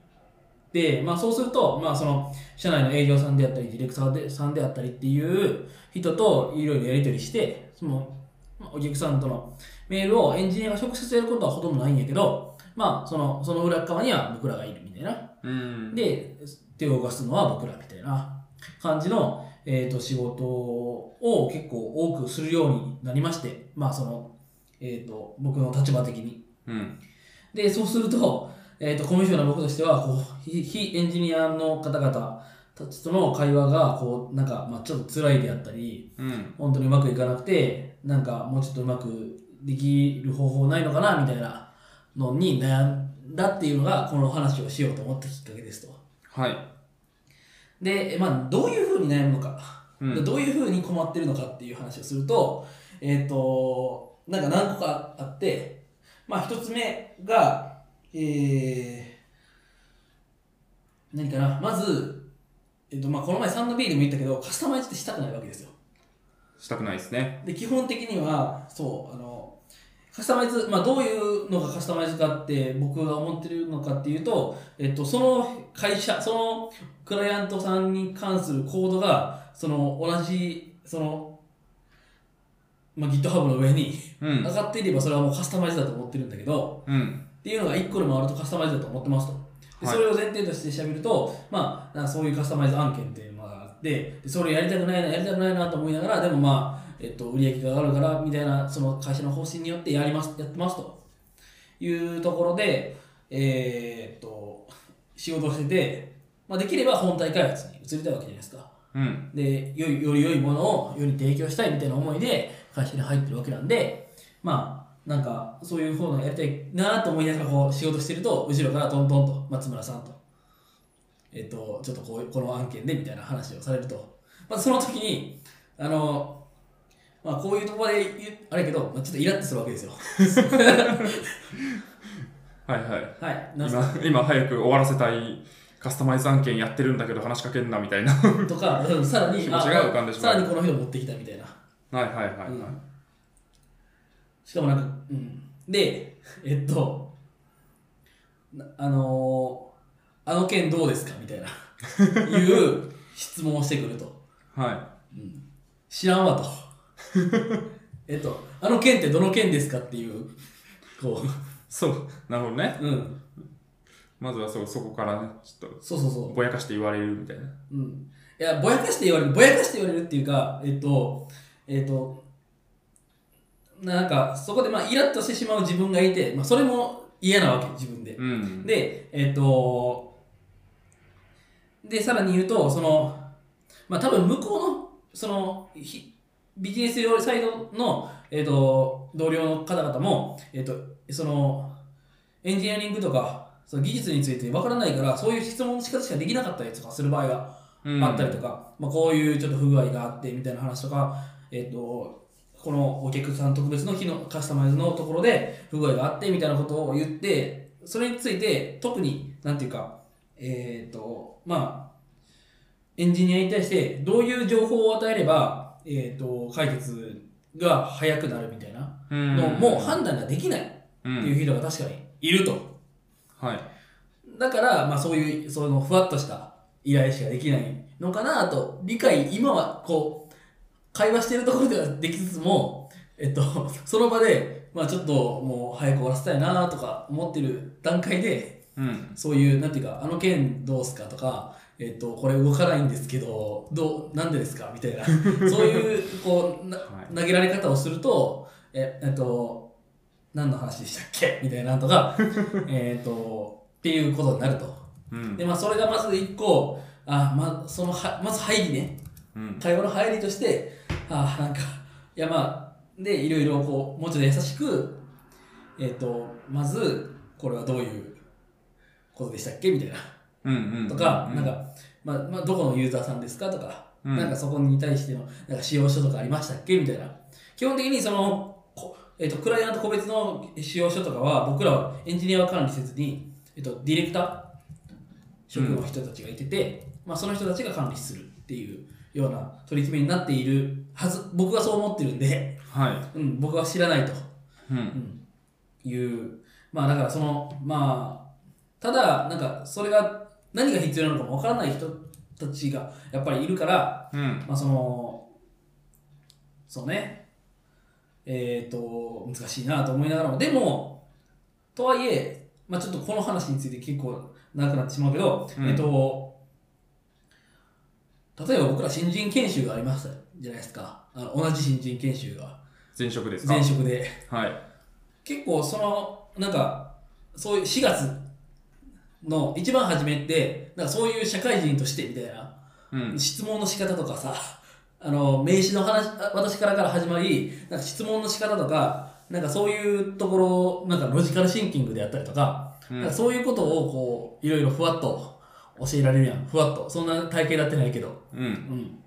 て、まあ、そうすると、まあ、その社内の営業さんであったりディレクターでさんであったりっていう人といろいろやり取りしてそのまあお客さんとのメールをエンジニアが直接やることはほとんどないんやけど、まあ、そのその裏側には僕らがいるみたいな。うん。で、手を動かすのは僕らみたいな感じの、えー、と仕事を結構多くするようになりまして、まあその、えー、と僕の立場的に。うん。で、そうすると、えー、とコミュ障の僕としてはこう非、非エンジニアの方々たちとの会話がこうなんか、まあ、ちょっと辛いであったり、うん。本当にうまくいかなくて、なんかもうちょっとうまくできる方法ないのかなみたいなのに悩んだっていうのが、この話をしようと思ったきっかけですと。はい。で、まあ、どういうふうに悩むのか、うん。どういうふうに困ってるのかっていう話をすると、えっ、と、なんか何個かあって、まあ、一つ目が、えー、何かな、まず、えっ、と、まあ、この前 3B でも言ったけど、カスタマイズってしたくないわけですよ。したくないですね。で、基本的には、そう、あの、カスタマイズ、まあ、どういうのがカスタマイズかって僕が思ってるのかっていうと、えっと、その会社、そのクライアントさんに関するコードが、その同じ、その、まあ、GitHub の上にう上ん。がっていればそれはもうカスタマイズだと思ってるんだけど、うん。っていうのが1個でもあるとカスタマイズだと思ってますと。ではいそれを前提としてしゃべると、まあ、なんかそういうカスタマイズ案件っていうのがあって、でそれやりたくないな、やりたくないなと思いながら、でもまあ、えっと、売り上げが上がるから、みたいな、その会社の方針によってやります、やってますというところで、えーっと、仕事をしてて、まあ、できれば本体開発に移りたいわけじゃないですか。うん。でよりより良いものをより提供したいみたいな思いで会社に入ってるわけなんでまあなんかそういう方のやりたいなと思いながらこう仕事してると後ろからトントンと松村さんとえっとちょっとこうこの案件でみたいな話をされるとまずその時にあのまあこういうところで言うあれやけど、まあ、ちょっとイラッとするわけですよはいはい。はいなんか今、今早く終わらせたいカスタマイズ案件やってるんだけど話しかけんなみたいな。はいとかさらに気持あちが浮かんでしまうさらにこの人持ってきたみたいなはいはいはい。うんしかもなんか、うん。で、えっと、なあのーあの件どうですかみ たいな、いう質問をしてくると。は知らんわと。 えっと、あの件ってどの件ですかっていう、こい。そう。なるほどね。う、うん。まずはそうそこからね、ちょっそうそうとそぼやかして言われるみたいな。う。うん。いや、ぼやかして言われる、ぼやかして言われるっていうか、えっと、えっと、なんか、そこでまあ、イラッとしてしまう自分がいて、まあ、それも嫌なわけ、自分で。うん。で、えっ、と、で、さらに言うと、その、まあ多分向こうの、その、ひビジネス用サイドの、えっ、と、同僚の方々も、えっ、と、その、エンジニアリングとか、その技術についてわからないから、そういう質問の仕方しかできなかったりとかする場合がうん、あったりとか、まあこういうちょっと不具合があってみたいな話とか、えっ、と、このお客さん特別の日のカスタマイズのところで不具合があってみたいなことを言って、それについて特に、なんていうか、えっ、と、まあ、エンジニアに対してどういう情報を与えれば、えっ、と、解決が早くなるみたいなうん、の、もう判断ができないっうんていう人が確かにいると。はい。だから、まあ、そういうそのふわっとした依頼しかできないのかなと理解今はこう会話してるところではできつつも、えっと、その場で、まあ、ちょっともう早く終わらせたいなとか思ってる段階でうん。そういうなんていうかあの件どうすかとか、えっと、これ動かないんですけどどうなんでですかみたいなそういうこうなは投げられ方をするとええっと何の話でしたっけ みたいなのとかえっとっていうことになると。うん。でまあ、それがまず一個あ、まあ、そのはまず入りねうん。会話の入りとしてあなんかいやまあでいろいろこうもうちょっと優しく、えっとまずこれはどういうことでしたっけみたいなうん。うん。とか、うなん、か、まあまあ、どこのユーザーさんですかとか、うんなんかそこに対してのなんか使用書とかありましたっけみたいな。基本的にその、こえっとクライアント個別の使用書とかは僕らはエンジニアは管理せずに、えっとディレクター職の人たちがいてて、まあ、その人たちが管理するっていうような取り決めになっているはず僕はそう思ってるんで、はうん、僕は知らないと。い。う。うんんいうまあだからそのまあただなんかそれが何が必要なのかもわからない人たちがやっぱりいるからうん。まあそのそうねえっ、と難しいなと思いながらもでもとはいえ、まあ、ちょっとこの話について結構長くなってしまうけど、うんえっ、と例えば僕ら新人研修がありましたじゃないですかあの同じ新人研修が前職ですか前。職ではい。結構そのなんかそういう4月の一番初めってなんかそういう社会人としてみたいなうん。質問の仕方とかさあの名刺の話あ私からから始まりなんか質問の仕方とかなんかそういうところなんかロジカルシンキングであったりとか,、うんなんかそういうことをこういろいろふわっと教えられるやんふわっとそんな体系だってないけどうん。うん、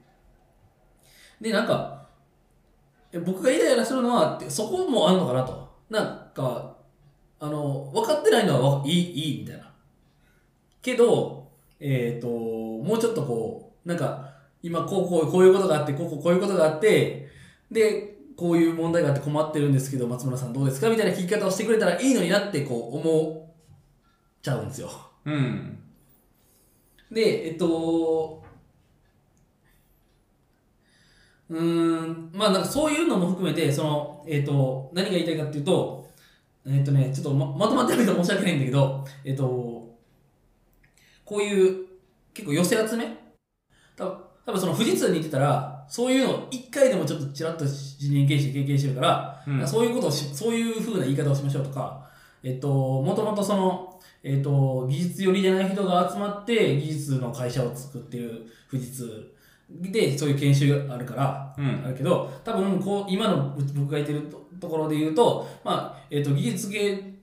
でなんかえ僕がイライラするのはってそこもあるのかなとなんかあの分かってないのはわいいいいみたいなけどえっ、ともうちょっとこうなんか今こうこうこういうことがあってこうこうこういうことがあってでこういう問題があって困ってるんですけど松村さんどうですかみたいな聞き方をしてくれたらいいのになってこう思っちゃうんですようん。で、えっと、うーん、まあなんかそういうのも含めて、その、えっと、何が言いたいかっていうと、えっとね、ちょっとままとまってないと申し訳ないんだけど、えっと、こういう結構寄せ集め多分多分その富士通に行ってたら、そういうのを一回でもちょっとちらっと人間研修経験してるから、うん。そういうことをし、そういうふうな言い方をしましょうとか、えっと、もともとその、えっと、技術寄りじゃない人が集まって、技術の会社を作ってる富士通で、そういう研修があるから、うんあるけど、多分こう、今のう僕が言ってるとところで言うと、まあ、えっと、技術系、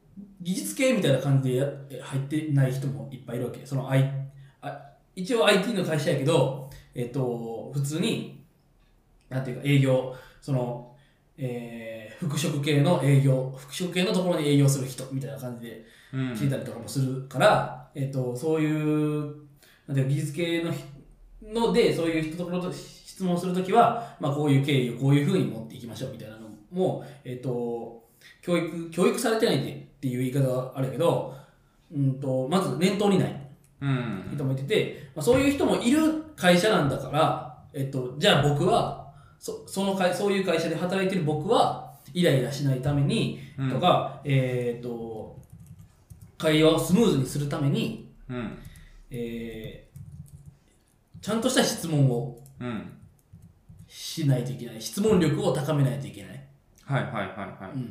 技術系みたいな感じでや入ってない人もいっぱいいるわけ。その、I、あ一応 IT の会社やけど、えっと、普通に、なんていうか営業、その、えー、服飾系の営業、服飾系のところに営業する人みたいな感じでうん。聞いたりとかもするから、えっと、そういう、なんていうか技術系のひので、そういう人ところと質問するときは、まあ、こういう経緯をこういうふうに持っていきましょうみたいなのも、えっと、教育、教育されてないっていう言い方はあるけど、うんと、まず念頭にない。うん。人もいてて、まあ、そういう人もいる会社なんだから、えっと、じゃあ僕はそその会そういう会社で働いてる僕はイライラしないためにうんとか、えーっと会話をスムーズにするために、うん。えーちゃんとした質問をうん。しないといけない。質問力を高めないといけない。はいはいはいはうん。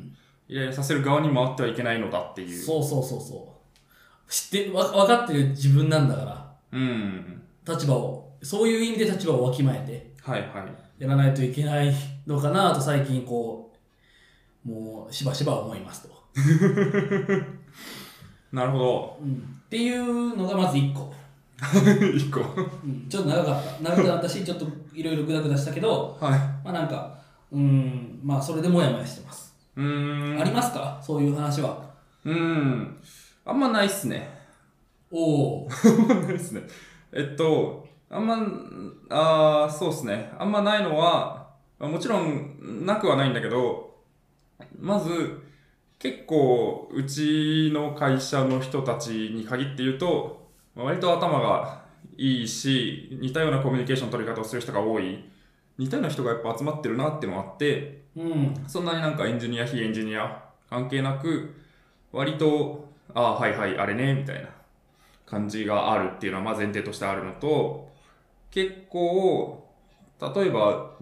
い。イライラさせる側に回ってはいけないのだっていう。そうそうそうそう。知って、わ分かってる自分なんだかうん。ら、立場を、そういう意味で立場をわきまえて、はいはい。やらないといけないのかなと最近こう、もうしばしば思いますと。なるほど。うん、っていうのがまず1個。 一個。うん、ちょっと長かった。長くなったし、ちょっといろいろグダグダしたけど、はい。まあなんか、うん、まあそれでもやもやしてます。うーん。ありますかそういう話は。うん。あんまないっすね。おお。あんまないっすね。えっと、あんま、あーそうっすね。あんまないのは、まあもちろん、なくはないんだけど、まず、結構、うちの会社の人たちに限って言うと、まあ割と頭がいいし、似たようなコミュニケーション取り方をする人が多い。似たような人がやっぱ集まってるなってのもあって、うん。そんなになんかエンジニア、非エンジニア関係なく、割と、ああ、はいはい、あれね、みたいな感じがあるっていうのはまあ前提としてあるのと、結構、例えば、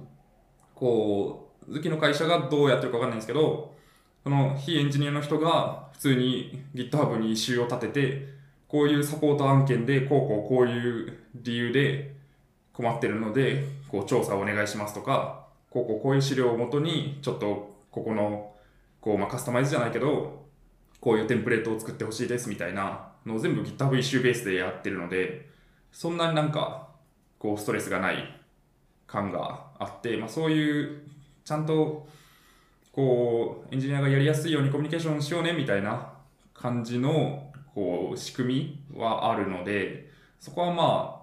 こう、好きの会社がどうやってるかわかんないんですけど、その非エンジニアの人が普通に GitHub に一周を立てて、こういうサポート案件で、こうこうこういう理由で困ってるので、こう調査をお願いしますとか、こうこうこういう資料をもとに、ちょっとここの、こう、まあ、カスタマイズじゃないけど、こういうテンプレートを作ってほしいですみたいなのを全部 GitHub 一周ベースでやってるので、そんなになんか、こう、ストレスがない感があって、まあ、そういう、ちゃんと、こう、エンジニアがやりやすいようにコミュニケーションしようねみたいな感じの、こう、仕組みはあるので、そこはまあ、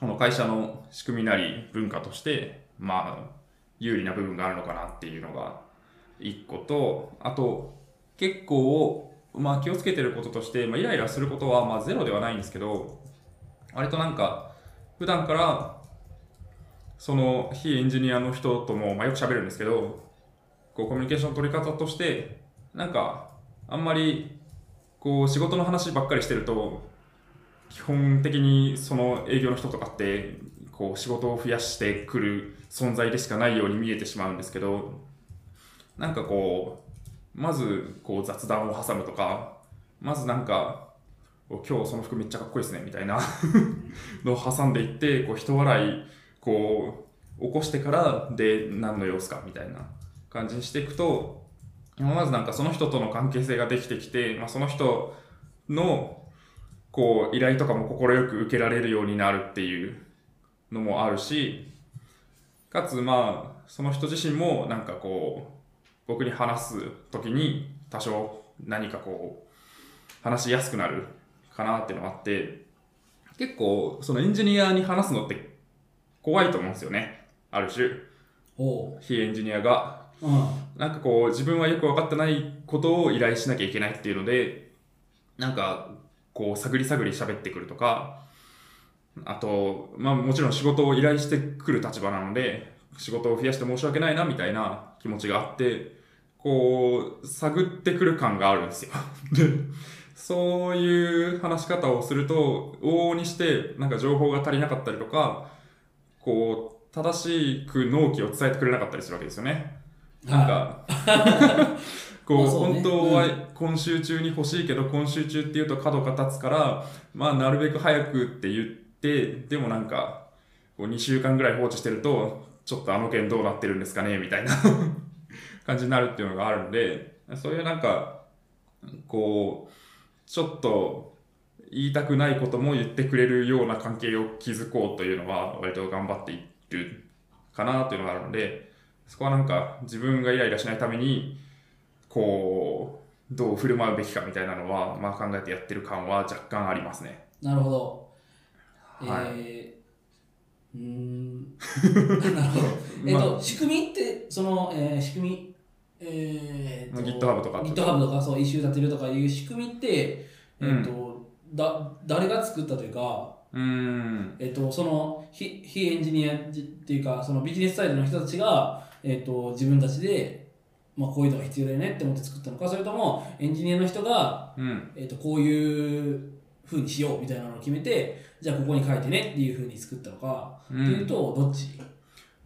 この会社の仕組みなり文化として、まあ、有利な部分があるのかなっていうのが一個とあと結構、まあ、気をつけてることとして、まあ、イライラすることはまあゼロではないんですけど割となんか普段からその非エンジニアの人とも、まあ、よく喋るんですけどこうコミュニケーション取り方としてなんかあんまりこう仕事の話ばっかりしてると基本的にその営業の人とかってこう仕事を増やしてくる存在でしかないように見えてしまうんですけどなんかこうまずこう雑談を挟むとかまずなんかお今日その服めっちゃかっこいいですねみたいな のを挟んでいってこう人笑いこう起こしてからで何の様子かみたいな感じにしていくとまずなんかその人との関係性ができてきて、まあ、その人のこう依頼とかも快く受けられるようになるっていうのもあるしかつまあその人自身もなんかこう僕に話す時に多少何かこう話しやすくなるかなっていうのがあって結構そのエンジニアに話すのって怖いと思うんですよねある種おう。非エンジニアがうん。なんかこう、自分はよく分かってないことを依頼しなきゃいけないっていうので、なんか、こう、探り探り喋ってくるとか、あと、まあもちろん仕事を依頼してくる立場なので、仕事を増やして申し訳ないなみたいな気持ちがあって、こう、探ってくる感があるんですよ。 で、そういう話し方をすると、往々にして、なんか情報が足りなかったりとか、こう、正しく納期を伝えてくれなかったりするわけですよね。なんはか、こう、まあそうね本当はう今週中に欲しいけど、今週中って言うと角が立つから、まあ、なるべく早くって言って、でもなんか、こう2週間ぐらい放置してると、ちょっとあの件どうなってるんですかねみたいな 感じになるっていうのがあるんで、そういうなんか、こう、ちょっと言いたくないことも言ってくれるような関係を築こうというのは、割と頑張っているかなというのがあるので、そこはなんか自分がイライラしないためにこうどう振る舞うべきかみたいなのは、まあ、考えてやってる感は若干ありますね。い。なるほど。はいえー、うーん。 なるほど。えっ、と、まあ仕組みって、その、えー仕組み、えー、まあ GitHub とか GitHub とか、そう、一周立てるとかいう仕組みって、えっ、うんと、だ、誰が作ったというか、うーんえっと、その非非エンジニアじっていうかそのビジネスサイドの人たちが、えっと、自分たちでまあ、こういうのが必要だよねって思って作ったのか、それともエンジニアの人が、うん。えっとこういう風にしようみたいなのを決めて、じゃあここに書いてねっていう風に作ったのか、う。っていうんと、どっち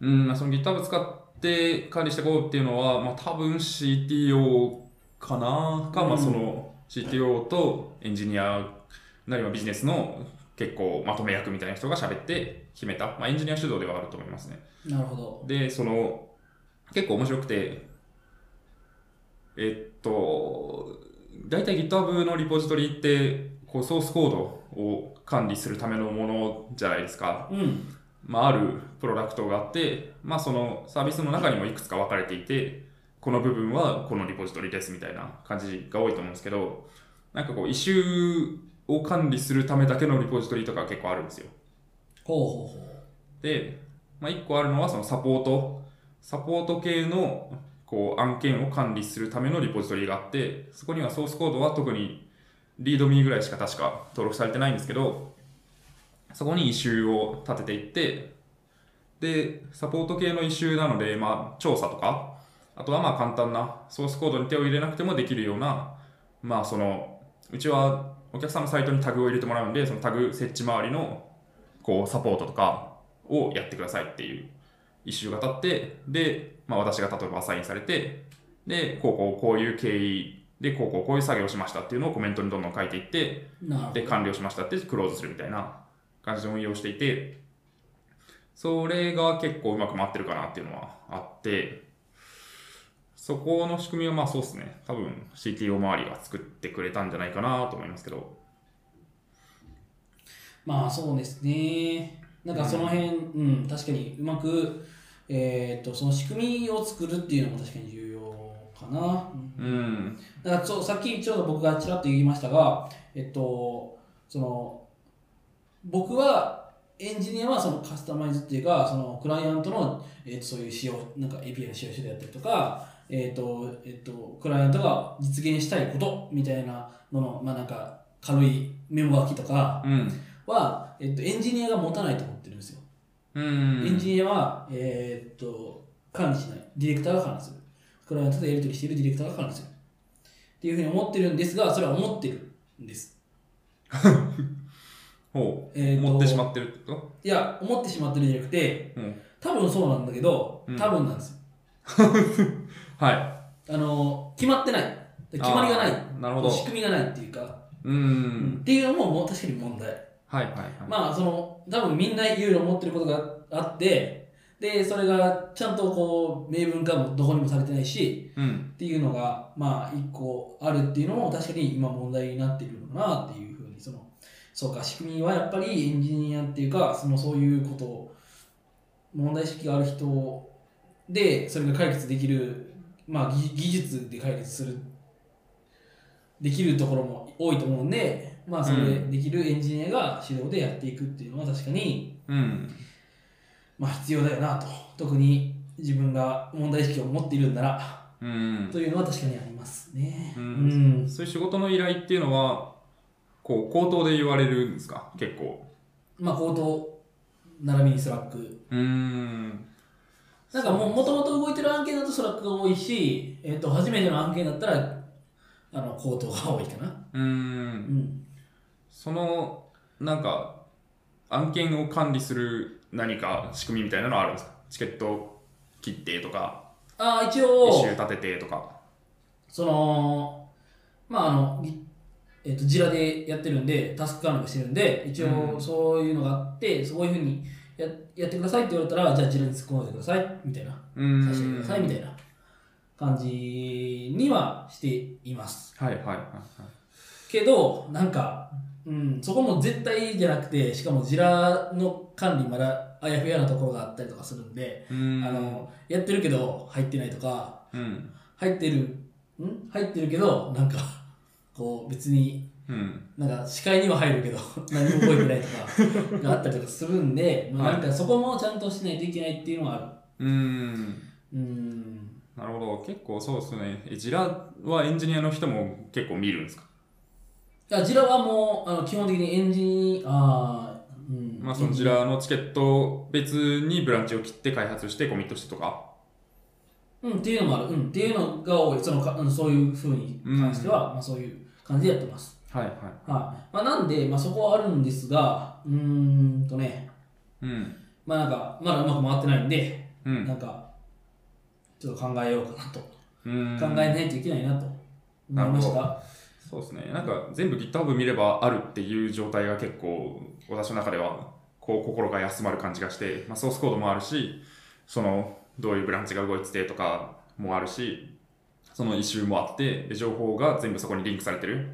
うん、まあその GitHub 使って管理していこうっていうのは、まあ多分 CTO かなか、まうあんその CTO とエンジニアなりはビジネスの結構まとめ役みたいな人が喋って決めた、まあエンジニア主導ではあると思いますね。なるほど。で、その、結構面白くて、えっと、大体 GitHub のリポジトリって、こうソースコードを管理するためのものじゃないですか。うん。まあ、あるプロダクトがあって、まあ、そのサービスの中にもいくつか分かれていて、この部分はこのリポジトリですみたいな感じが多いと思うんですけど、なんかこう、イシューを管理するためだけのリポジトリとか結構あるんですよ。ほうほうほう。で、まあ、1個あるのはそのサポート。サポート系のこう案件を管理するためのリポジトリがあって、そこにはソースコードは特にリードミーぐらいしか確か登録されてないんですけど、そこに異臭を立てていって、で、サポート系の異臭なので、まあ、調査とか、あとはまあ簡単なソースコードに手を入れなくてもできるような、まあその、うちはお客さんのサイトにタグを入れてもらうんで、そのタグ設置周りのこうサポートとか、をやってくださいっていう一周が立って、で、まあ、私が例えばアサインされて、で、こうこうこういう経緯で、こうこうこういう作業をしましたっていうのをコメントにどんどん書いていって、なるで、完了しましたってクローズするみたいな感じで運用していて、それが結構うまく回ってるかなっていうのはあって、そこの仕組みはまあそうですね。多分 CTO 周りが作ってくれたんじゃないかなと思いますけど。まあそうですね。なんかその辺、うん、確かにうまく、えっと、その仕組みを作るっていうのも確かに重要かな。うんうん。だからちょさっきちょうど僕がちらっと言いましたが、えっと、その僕はエンジニアはそのカスタマイズっていうかそのクライアントの、えっと、そういう仕様なんか API の使用書であったりとか、えっとえっと、クライアントが実現したいことみたいなのの、まあ、なんか軽いメモ書きとかうん。は、えっと、エンジニアが持たないと思ってるんですよ。うん。エンジニアは、えーっと管理しない。ディレクターが管理する。クライアントとやり取りしているディレクターが管理する。っていうふうに思ってるんですが、それは思ってるんです。ほう。えーと持ってしまってるってこといや、思ってしまってるんじゃなくて、うん。多分そうなんだけどう、ん多分なんですよ。はい。あの、決まってない。決まりがない。あーなるほど。仕組みがないっていうか、ううんっん。ていうのももう確かに問題。はいはいはい。まあその多分みんないろいろ思ってることがあってでそれがちゃんとこう明文化もどこにもされてないしうん。っていうのがまあ一個あるっていうのも確かに今問題になってるのかなっていうふうにそのそうか仕組みはやっぱりエンジニアっていうかそのそういうことを問題意識がある人でそれが解決できるまあ技技術で解決するできるところも多いと思うんでまあそれうできるエンジニアが手動でやっていくっていうのは確かにうん。まあ必要だよなと特に自分が問題意識を持っているんならうんと。いうのは確かにありますねうんうんそういう仕事の依頼っていうのは、こう、口頭で言われるんですか結構。まあ口頭並びにスラックうーん。なんかももともと動いてる案件だとスラックが多いし、えっと初めての案件だったらあの口頭が多いかなうー。うんんその、なんか、案件を管理する何か仕組みみたいなのはあるんですかチケット切ってとか、ああ一一応周立ててとか。そのまああのぎえっとジラでやってるんでタスク管理をしてるんで一応うんそういうのがあってそういうふうにややってくださいって言われたらじゃあジラに突っ込んでくださいみたいなうーん。させてくださいみたいな感じにはしていますはいはいはいはい。けどなんか、うん、そこも絶対じゃなくてしかもジラの管理まだあやふやなところがあったりとかするんで、うーん。あのやってるけど入ってないとかうん。入ってるん入ってるけどなんかこう別にうん。なんか視界には入るけど 何も覚えてないとかがあったりとかするんで、まあ、はないんかそこもちゃんとしないといけないっていうのはあうーん。るうんなるほど、結構そうですね。え、ジラはエンジニアの人も結構見るんですかだからジラはもうあの基本的にエンジンああうんまあそのジエンラのチケット別にブランチを切って開発してコミットしてとか。うん、っていうのもある。うん、っていうのが多い。そのか、うん、そういうふうに関しては、まあそういう感じでやってます。はいはい。はい。まあなんで、まあそこはあるんですが、うーんとね、うん。まあなんか、まだうまく回ってないんで、うん。なんか、ちょっと考えようかなと。うん考えないといけないなと思いましなた。そうですね。なんか全部 GitHub 見ればあるっていう状態が結構私の中ではこう心が休まる感じがして、まあ、ソースコードもあるし、そのどういうブランチが動いててとかもあるし、その異臭もあって、で情報が全部そこにリンクされてる。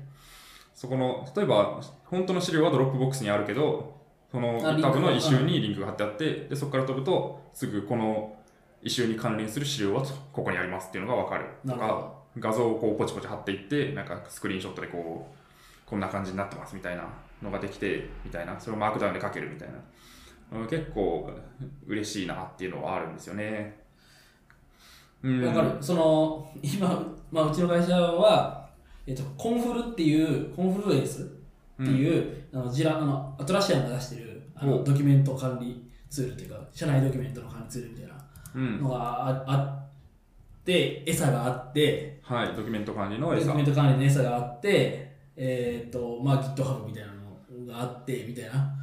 そこの、例えば、本当の資料はドロップボックスにあるけど、そのあリンク GitHub の異臭にリンクが貼ってあって、でそこから飛ぶと、すぐこの異臭に関連する資料はここにありますっていうのがわかるとなるほか、画像をこうポチポチ貼っていって、なんかスクリーンショットでこう、こんな感じになってますみたいなのができて、みたいな、それをマークダウンで書けるみたいな。うん結構嬉しいなっていうのはあるんですよね。うんわかる。その、今、まあうちの会社は、えっと、コンフルっていう、コンフルエンスっていう、あのジラあのアトラシアンが出してるあおのドキュメント管理ツールっていうか、社内ドキュメントの管理ツールみたいなうん。のがああって、餌があって、はい、ドキュメント管理のドキ餌。ュはメンいト管理の餌があって、えっと、まあ GitHub みたいなのがあって、みたいな。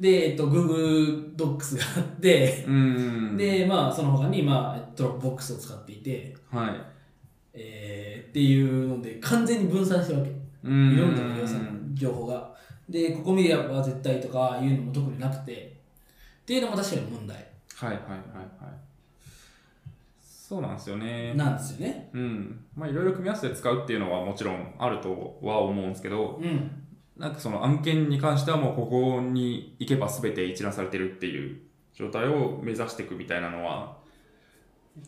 で、えっと、Google Docs があって、うん。で、まあ、その他に、まあ、ドロップボックスを使っていて、はい。えーっていうので、完全に分散してるわけ。いうんろんな要素情報が。で、ここ見れば絶対とかいうのも特になくて、っていうのも確かに問題はいはいはいはい。そうなんですよね。なんですよね。うん。まあいろいろ組み合わせて使うっていうのはもちろんあるとは思うんですけど、うん。なんかその案件に関してはもうここに行けば全て一覧されてるっていう状態を目指していくみたいなのは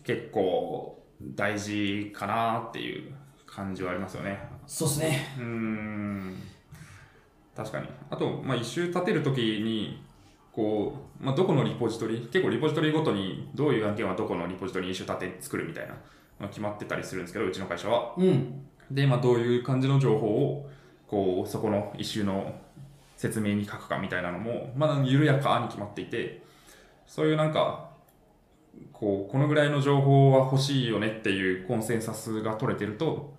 結構大事かなっていう感じはありますよね。そうですね。うーん確かに。あと、まあ、一周立てるときに、こう、まあ、どこのリポジトリ、結構リポジトリごとに、どういう案件はどこのリポジトリに一周立て作るみたいな、まあ、決まってたりするんですけど、うちの会社は。うん。で、まあ、どういう感じの情報を、こう、そこの一周の説明に書くかみたいなのも、まあ、緩やかに決まっていて、そういうなんか、こう、このぐらいの情報は欲しいよねっていうコンセンサスが取れてると、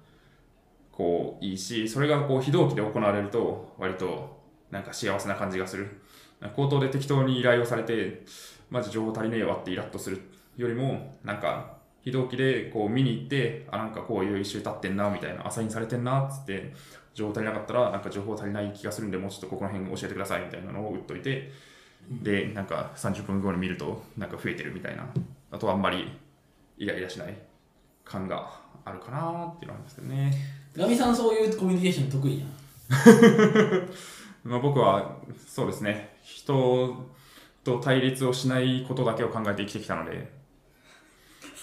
こう、いいし、それがこう、非同期で行われると、割と、なんか幸せな感じがする。口頭で適当に依頼をされて、マジ情報足りねえわってイラッとするよりも、なんか、非同期でこう見に行って、あ、なんかこういう一周経ってんな、みたいな、アサインされてんな、っつって、情報足りなかったら、なんか情報足りない気がするんで、もうちょっとここら辺教えてください、みたいなのを打っといて、で、なんか30分後に見ると、なんか増えてるみたいな。あとはあんまりイライラしない感があるかなっていうのはあるんですけどね。ガミさん、そういうコミュニケーション得意やん。まあ、僕はそうですね人と対立をしないことだけを考えて生きてきたので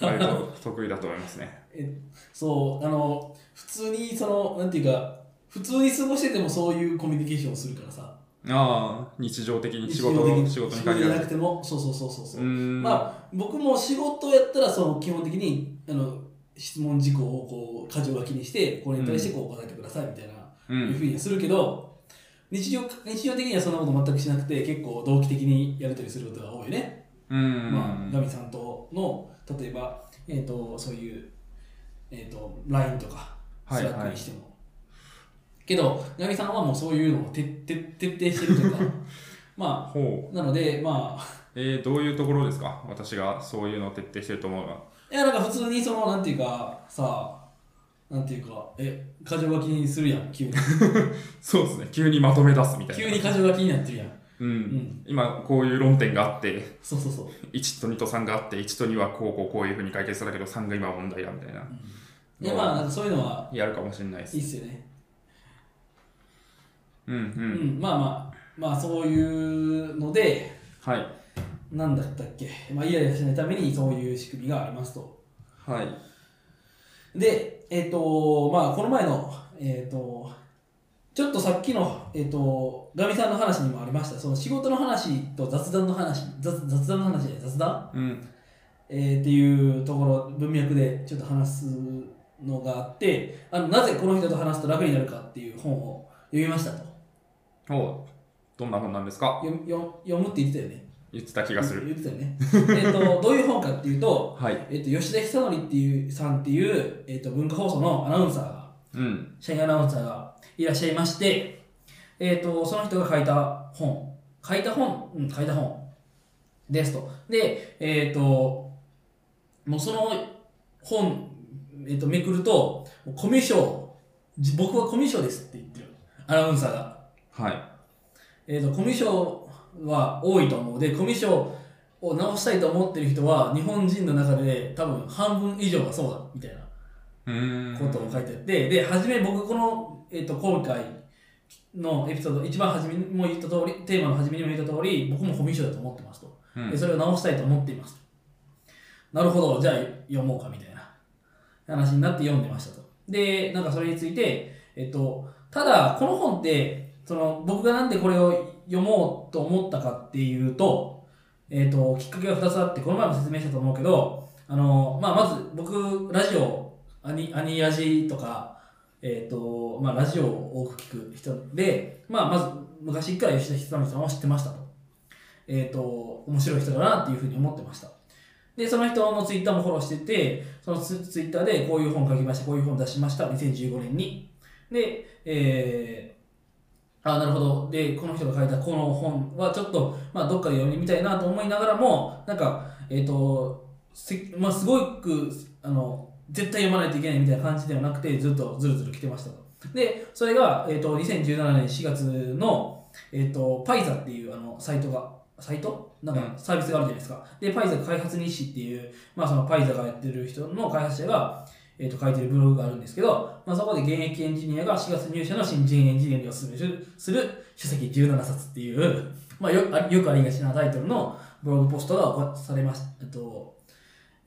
割と得意だと思いますねえそう、あの、普通に、その、なんていうか、普通に過ごしててもそういうコミュニケーションをするからさ。ああ日常的に日仕常的事に仕事仕に事限じゃらなずくても、そうそうそうそうそうう。んまあ、僕も仕事やったらその基本的にあの質問事項をこう箇条書きにしてこれに対してこう答えてくださいみたいな、ういうふんうにはするけど日常日常的にはそんなこと全くしなくて結構同期的にやり取りすることが多いね、うんまあ、ガミさんとの例えば、えー、とそういう、えー、と LINE とかはい Slack にしても、けどガミさんはもうそういうのを徹徹徹底してるというか まほうあなのでまあえー、どういうところですか私がそういうのを徹底してると思うのはいや、なんか普通にその、なんていうか、さ、なんていうか、え、箇条書きにするやん、 急に。そうですね急にまとめ出すみたいな急に箇条書きになってるやん。うん、ん今こういう論点があってそうそうそう。 1と2と3があって1と2はこうこうこういうふうに解決したんだけど3が今問題だみたいなで、まあ、なんかそういうのはやるかもしれないですいいっすよね。うんう、うんん、まあまあ、まあそういうので、はいなんだったっけ、まあイライラしないためにそういう仕組みがありますと。はいで、えっ、と、まあこの前の、えっ、と、ちょっとさっきの、えっ、と、ガミさんの話にもありました、その仕事の話と雑談の話、雑雑談の話で雑談うんえーっていうところ文脈でちょっと話すのがあってあのなぜこの人と話すと楽になるかっていう本を読みましたとおどんな本なんですか読む読む読むって言ってたよね言ってた気がする。言ってたよね。えっと、どういう本かっていうと、はい。えっと、吉田久典っていうさんっていう、えっと、文化放送のアナウンサーが、うん。社員アナウンサーがいらっしゃいまして、えっとその人が書いた本書いた本うん書いた本ですとでえっ、ともうその本、えっとめくると「コミュ障じ僕はコミュ障です」って言ってるアナウンサーが。はい。えー、とコミュ障は多いと思うでコミュ障を直したいと思ってる人は日本人の中で多分半分以上がそうだみたいなうーん。ことを書いてあって、で、初め僕この、えっと今回のエピソード、一番初めにも言った通り、テーマの初めにも言った通り、僕もコミュ障だと思ってますと。うでん。それを直したいと思っていますと。なるほど、じゃあ読もうかみたいな話になって読んでましたと。で、なんかそれについて、えっと、ただ、この本って、その僕がなんでこれを読もうと思ったかっていうと、えっと、きっかけが2つあって、この前も説明したと思うけど、あの、まあ、まず僕、ラジオ、アニ、アニラジとか、えっと、まあ、ラジオを多く聞く人で、まあ、まず昔から吉田ひつさんを知ってましたと。えっ、と、面白い人だなっていうふうに思ってました。で、その人のツイッターもフォローしてて、そのツツイッターでこういう本書きました、こういう本出しました、2015年に。で、えー、あ、なるほど。で、この人が書いたこの本はちょっと、まあ、どっかで読んでみたいなと思いながらも、なんか、えっ、と、せまあ、すごく、あの、絶対読まないといけないみたいな感じではなくて、ずっとずるずる来てましたと。で、それが、えっ、と、2017年4月の、えっ、と、パイザっていうあのサイトが、サイトなんかうサービスがあるじゃないですか。で、パイザ開発日誌っていう、まあそのパイザがやってる人の開発者が、えっ、と、書いてるブログがあるんですけど、まあそこで現役エンジニアが4月入社の新人エンジニアにおすすめする書籍17冊っていう、まあよあよくありがちなタイトルのブログポストが行わされました、えっと、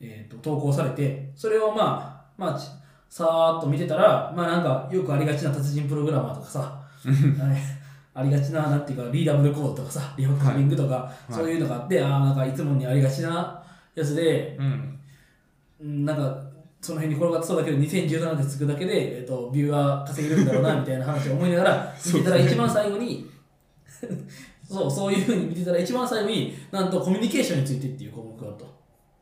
えっと、投稿されて、それをまあ、まあ、ちさーっと見てたら、まあなんかよくありがちな達人プログラマーとかさ、はいありがちな、なんていうか、リーダブルコードとかさ、リファクタリングとか、いそういうのがあって、ああ、なんかいつもにありがちなやつで、うん。うんなんかその辺に転がってそうだけど2017でつくだけで、えっとビューは稼げるんだろうなみたいな話を思いながら見てたら一番最後に そうそういうふうに見てたら一番最後になんとコミュニケーションについてっていう項目があると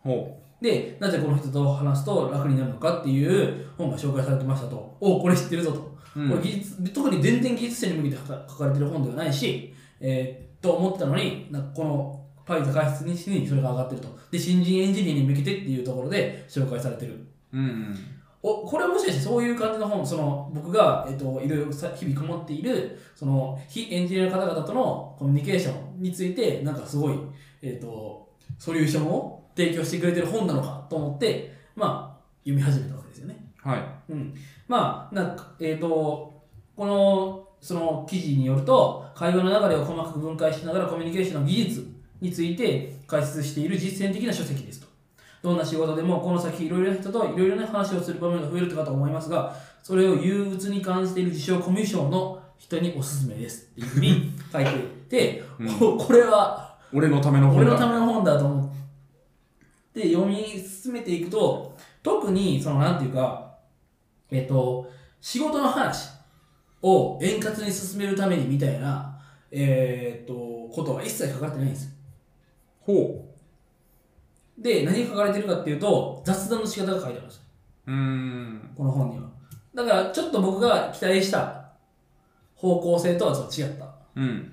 ほでなぜこの人と話すと楽になるのかっていう本が紹介されてましたとおこれ知ってるぞと、う。うんこれ技術特に全然技術者に向けて書か書かれてる本ではないし、えー、と思ってたのになんかこのパイズ開発ににそれが上がってるとで新人エンジニアに向けてっていうところで紹介されてるうん。おこれもしかしてそういう感じの本その僕が、えっといろいろさ日々こもっているその非エンジニアの方々とのコミュニケーションについてなんかすごい、えっとソリューションを提供してくれてる本なのかと思って、まあ、読み始めたわけですよね。はうん、まあなんかえっ、とこのその記事によると会話の流れを細かく分解しながらコミュニケーションの技術について解説している実践的な書籍ですとどんな仕事でもこの先いろいろな人といろいろな話をする場面が増えるかと思いますがそれを憂鬱に感じている自称コミュ障の人におすすめですっていうふうに書いていて、うん。おこれはい俺のための本俺だ。のための本だと思って読み進めていくと特にそのなんていうかえっと仕事の話を円滑に進めるためにみたいなえっとことは一切書かれてないんですよほで何が書かれてるかっていうと雑談の仕方が書いてあるんですよう。うーん。この本にはだからちょっと僕が期待した方向性とはちょっと違ったうん。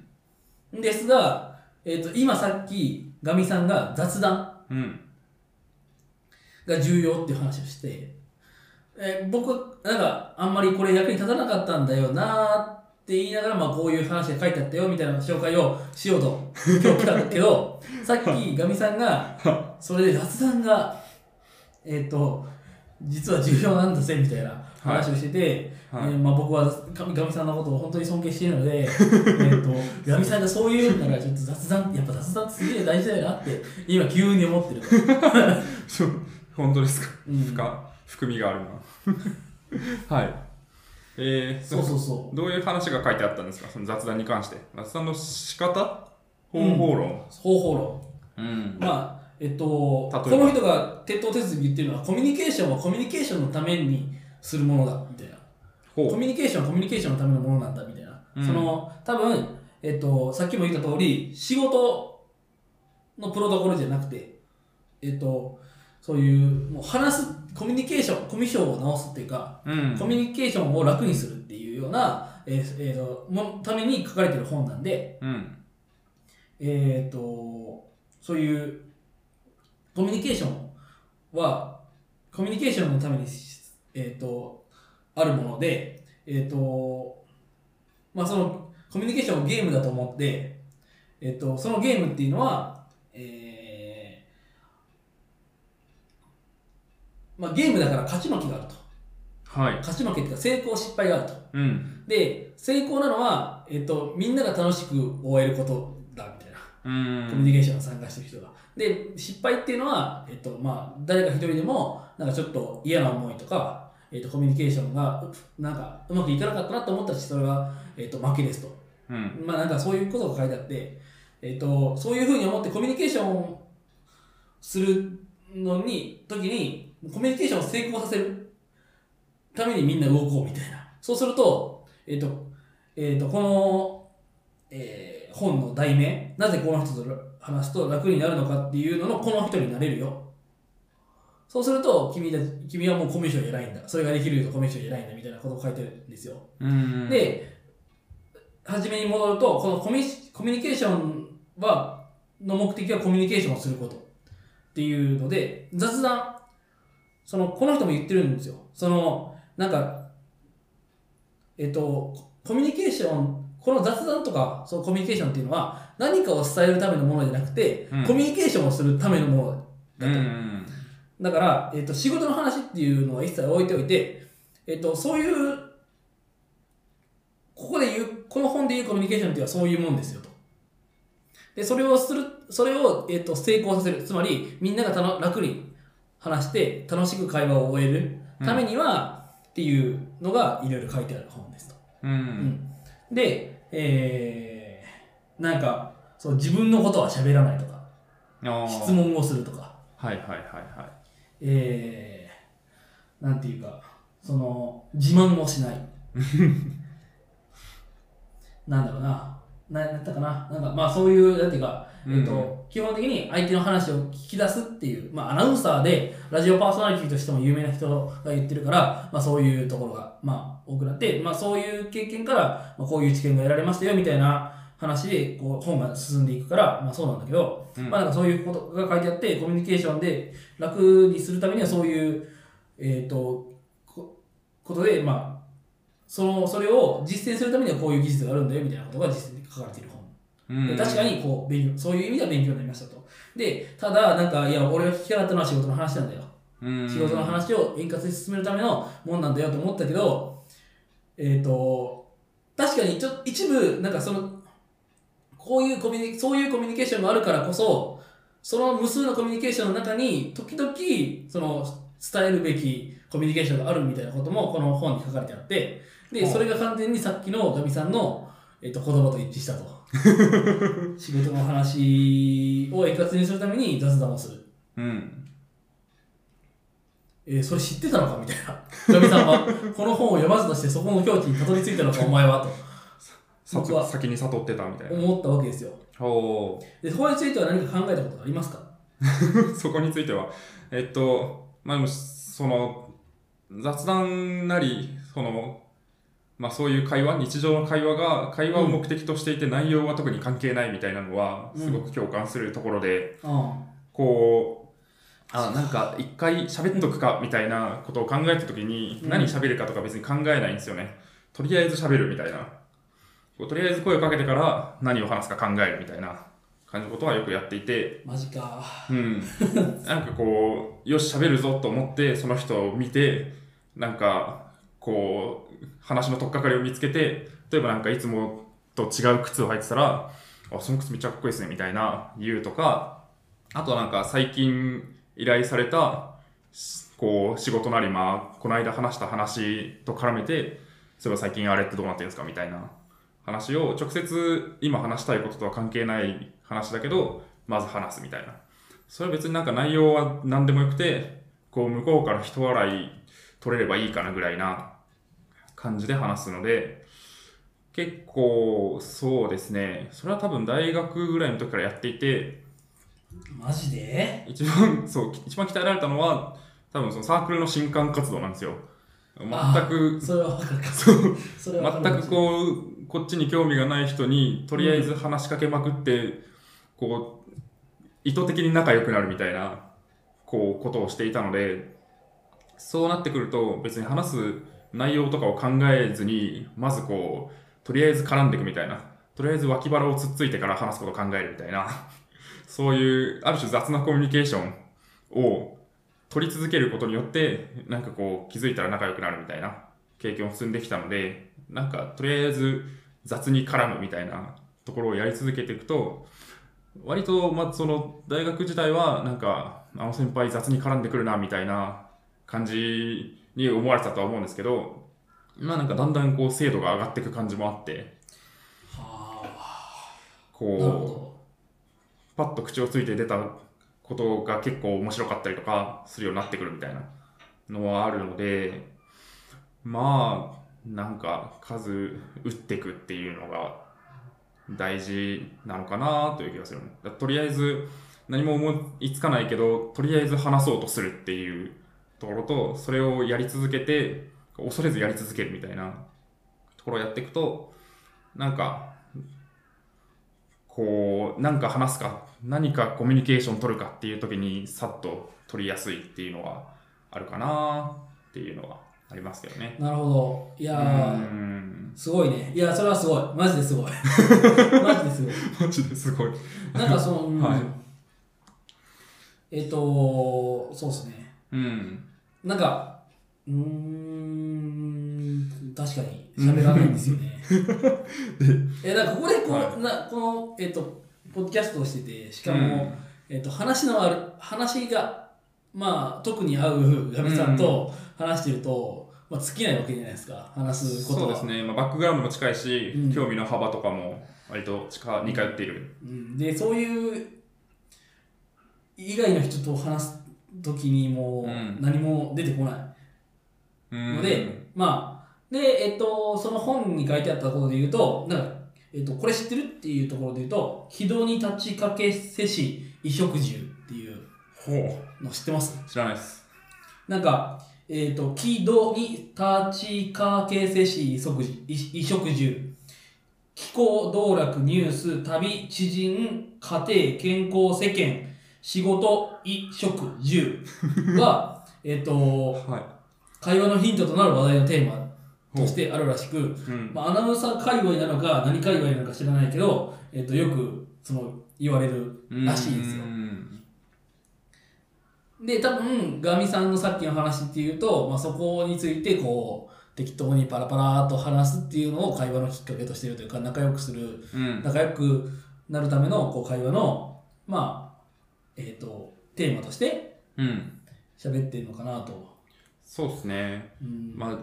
んですが、えっと今さっきガミさんが雑談うん。 が重要っていう話をして、えー僕はなんかあんまりこれ役に立たなかったんだよなーって言いながら、まあ、こういう話が書いてあったよみたいな紹介をしようと 今日来たんだけどさっきガミさんがそれで雑談がえっ、と実は重要なんだぜみたいな話をしてて、はいはいえーまあ、僕はガミガミさんのことを本当に尊敬しているので えーとガミさんがそういうんならちょっと雑談やっぱ雑談ってすげえ大事だよなって今急に思 ってる。そう。本当ですか。うん深、含みがあるな。 はい。えー、そうそうそうどういう話が書いてあったんですかその雑談に関して。雑談の仕方方法論。方法論。うんまあ、えっと、こ例えばの人が徹頭徹尾言ってるのは、コミュニケーションはコミュニケーションのためにするものだ、みたいな。ほコう。ミュニケーションはコミュニケーションのためのものなんだ、みたいな。うんその、多分、えっと、さっきも言った通り、仕事のプロトコルじゃなくて、えっと、そういう、もう話す、コミュニケーション、コミュ障を直すっていうか、うんコミュニケーションを楽にするっていうような、えーえーともために書かれてる本なんで、うんえー、とそういうコミュニケーションはコミュニケーションのためにし、えー、とあるもので、えーとまあ、そのコミュニケーションをゲームだと思って、えー、とそのゲームっていうのは、えーまあ、ゲームだから勝ち負けがあるとはい勝ち負けっていうか成功失敗があるとうんで成功なのは、えっと、みんなが楽しく終えることだみたいなうんコミュニケーションに参加してる人が。で、失敗っていうのは、えっと、まあ、誰か一人でも、なんかちょっと嫌な思いとか、えっと、コミュニケーションが、なんか、うまくいかなかったなと思ったし、それが、えっと、負けですと。うんまあ、なんかそういうことが書いてあって、えっと、そういうふうに思ってコミュニケーションをするのに、時に、コミュニケーションを成功させるためにみんな動こうみたいな。そうすると、えっと、えっと、この、えー本の題名、なぜこの人と話すと楽になるのかっていうのの、この人になれるよ。そうすると、君たち、君はもうコミュ障じゃないんだ。それができるとコミュ障じゃないんだみたいなことを書いてるんですよ。うんで、初めに戻ると、このコミュコミュニケーションは、の目的はコミュニケーションをすることっていうので、雑談、その、この人も言ってるんですよ。その、なんか、えっと、ココミュニケーション、この雑談とか、そのコミュニケーションっていうのは、何かを伝えるためのものじゃなくて、うんコミュニケーションをするためのものうだと。んだから、えっと仕事の話っていうのは一切置いておいて、えっとそういうここで言うこの本で言うコミュニケーションっていうのはそういうもんですよとでそれをするそれを、えっと成功させるつまりみんながたの楽に話して楽しく会話を終えるためには、っていうのがいろいろ書いてある本ですと、ううんんで、えーなんかそう自分のことは喋らないとかあー質問をするとかはいはいはいはえー、なんていうか、その、自慢もし ない。なんだろうな。ななんだったかな。なんか、まあそういう、なんていうか、うんえっと、基本的に相手の話を聞き出すっていう、まあアナウンサーで、ラジオパーソナリティとしても有名な人が言ってるから、まあそういうところが、まあ多くなって、まあそういう経験から、まあ、こういう知見が得られましたよ、みたいな話で、こう、本が進んでいくから、まあそうなんだけど、いうんまあ、なんかそういうことが書いてあって、コミュニケーションで楽にするためには、そういう、えっ、と、こことで、まあ、その、それを実践するためにはこういう技術があるんだよ、みたいなことが実践で書かれている本。うでん確かに、こう、勉強、そういう意味では勉強になりましたと。で、ただ、なんか、いや、俺が聞きたかったのは仕事の話なんだよ。うん仕事の話を円滑に進めるためのもんなんだよと思ったけど、えっ、と、確かにちょ一部、なんかその、こういうコミュニ、そういうコミュニケーションがあるからこそ、その無数のコミュニケーションの中に、時々、その、伝えるべきコミュニケーションがあるみたいなことも、この本に書かれてあって、で、うんそれが完全にさっきのガミさんの、えっと、言葉と一致した と。仕事の話を円滑にするために雑談をする。うんえーそれ知ってたのかみたいな。ガミさんは、この本を読まずとしてそこの境地にたどり着いたのか、お前は、と。さ僕は先に悟ってたみたいな思ったわけですよ。おー で、そこについては何か考えたことがありますかそこについてはえっとまあでもその雑談なりそのまあそういう会話日常の会話が会話を目的としていて内容は特に関係ないみたいなのはうんすごく共感するところで、あこうあなんか一回喋っとくかみたいなことを考えた時にうん何喋るかとか別に考えないんですよねとりあえず喋るみたいなこうとりあえず声をかけてから何を話すか考えるみたいな感じのことはよくやっていてあ、マジか。うん、なんかこうよし喋るぞと思ってその人を見てなんかこう話の取っかかりを見つけて例えばなんかいつもと違う靴を履いてたら「あその靴めっちゃかっこいいですね」みたいな言うとかあとなんか最近依頼されたしこう仕事なりまあこの間話した話と絡めてそういえば最近あれってどうなってるんですかみたいな話を直接今話したいこととは関係ない話だけどまず話すみたいなそれは別になんか内容は何でもよくて、こう向こうから人笑い取れればいいかなぐらいな感じで話すので、結構そうですね、それは多分大学ぐらいの時からやっていて、マジで一番、 そう、一番鍛えられたのは、多分そのサークルの新刊活動なんですよ。全く、それは分かるか。そう、それは分か全るくこう、こっちに興味がない人に、とりあえず話しかけまくって、こう、意図的に仲良くなるみたいな、こう、ことをしていたので、そうなってくると、別に話す内容とかを考えずに、まずこう、とりあえず絡んでいくみたいな、とりあえず脇腹をつっついてから話すことを考えるみたいな、 そういう、ある種雑なコミュニケーションを取り続けることによって、なんかこう、気づいたら仲良くなるみたいな経験を積んできたので、なんか、とりあえず雑に絡むみたいなところをやり続けていくと、割と、まあ、その、大学時代は、なんか、あの先輩雑に絡んでくるな、みたいな感じに思われてたとは思うんですけど、まあなんかだんだんこう精度が上がっていく感じもあって、はあ。なるほこう、ど。パッと口をついて出たことが結構面白かったりとかするようになってくるみたいなのはあるのでまあなんか数打ってくっていうのが大事なのかなという気がするねだとりあえず何も思いつかないけどとりあえず話そうとするっていうところとそれをやり続けて恐れずやり続けるみたいなところをやっていくとなんかこう、なんか話すか、何かコミュニケーション取るかっていう時に、さっと取りやすいっていうのはあるかなっていうのはありますけどね。なるほど。いやうー、ん。すごいね。いや、それはすごい。マジです ごい。マジですごい。マジですごい。なんかその、うんはいえっ、と、そうですね。うん。なんか、うーん、確かに喋らないんですよね。 え、なんかここでこう、はなこの、えっ、と、ポッドキャストをしてて、しかも、えっと、話のある、話が、まあ、特に合うガミさんと話してると、まあ、尽きないわけじゃないですか、話すことそうは。ですね。まあ、バックグラウンドも近いし、うん興味の幅とかも割と近似通っている。うん、でそういう以外の人と話す時にもうん何も出てこなういんので、まあでえっとその本に書いてあったことで言うとなんか、えっと、これ知ってるっていうところで言うと「非道に立ちかけせし衣食住」っていうほの知ってますう。知らないです。なんかえっと「気道に立ちかけせし衣食住」衣食住気候、道楽、ニュース、旅、知人、家庭、健康、世間、仕事、衣食、住は、えっと、は会話のヒントとなる話題のテーマい。としてあるらしく、ほう。うん。まあ、アナウンサー界隈なのか、何界隈なのか知らないけど、えっと、よく、その、言われるらしいですよう。んで、多分、ガミさんのさっきの話っていうと、まあ、そこについて、こう、適当にパラパラーっと話すっていうのを会話のきっかけとしてるというか、仲良くするうん。仲良くなるためのこう会話の、まあ、えっ、と、テーマとしてうん。喋ってるのかなと。そうですね。うん。まあ、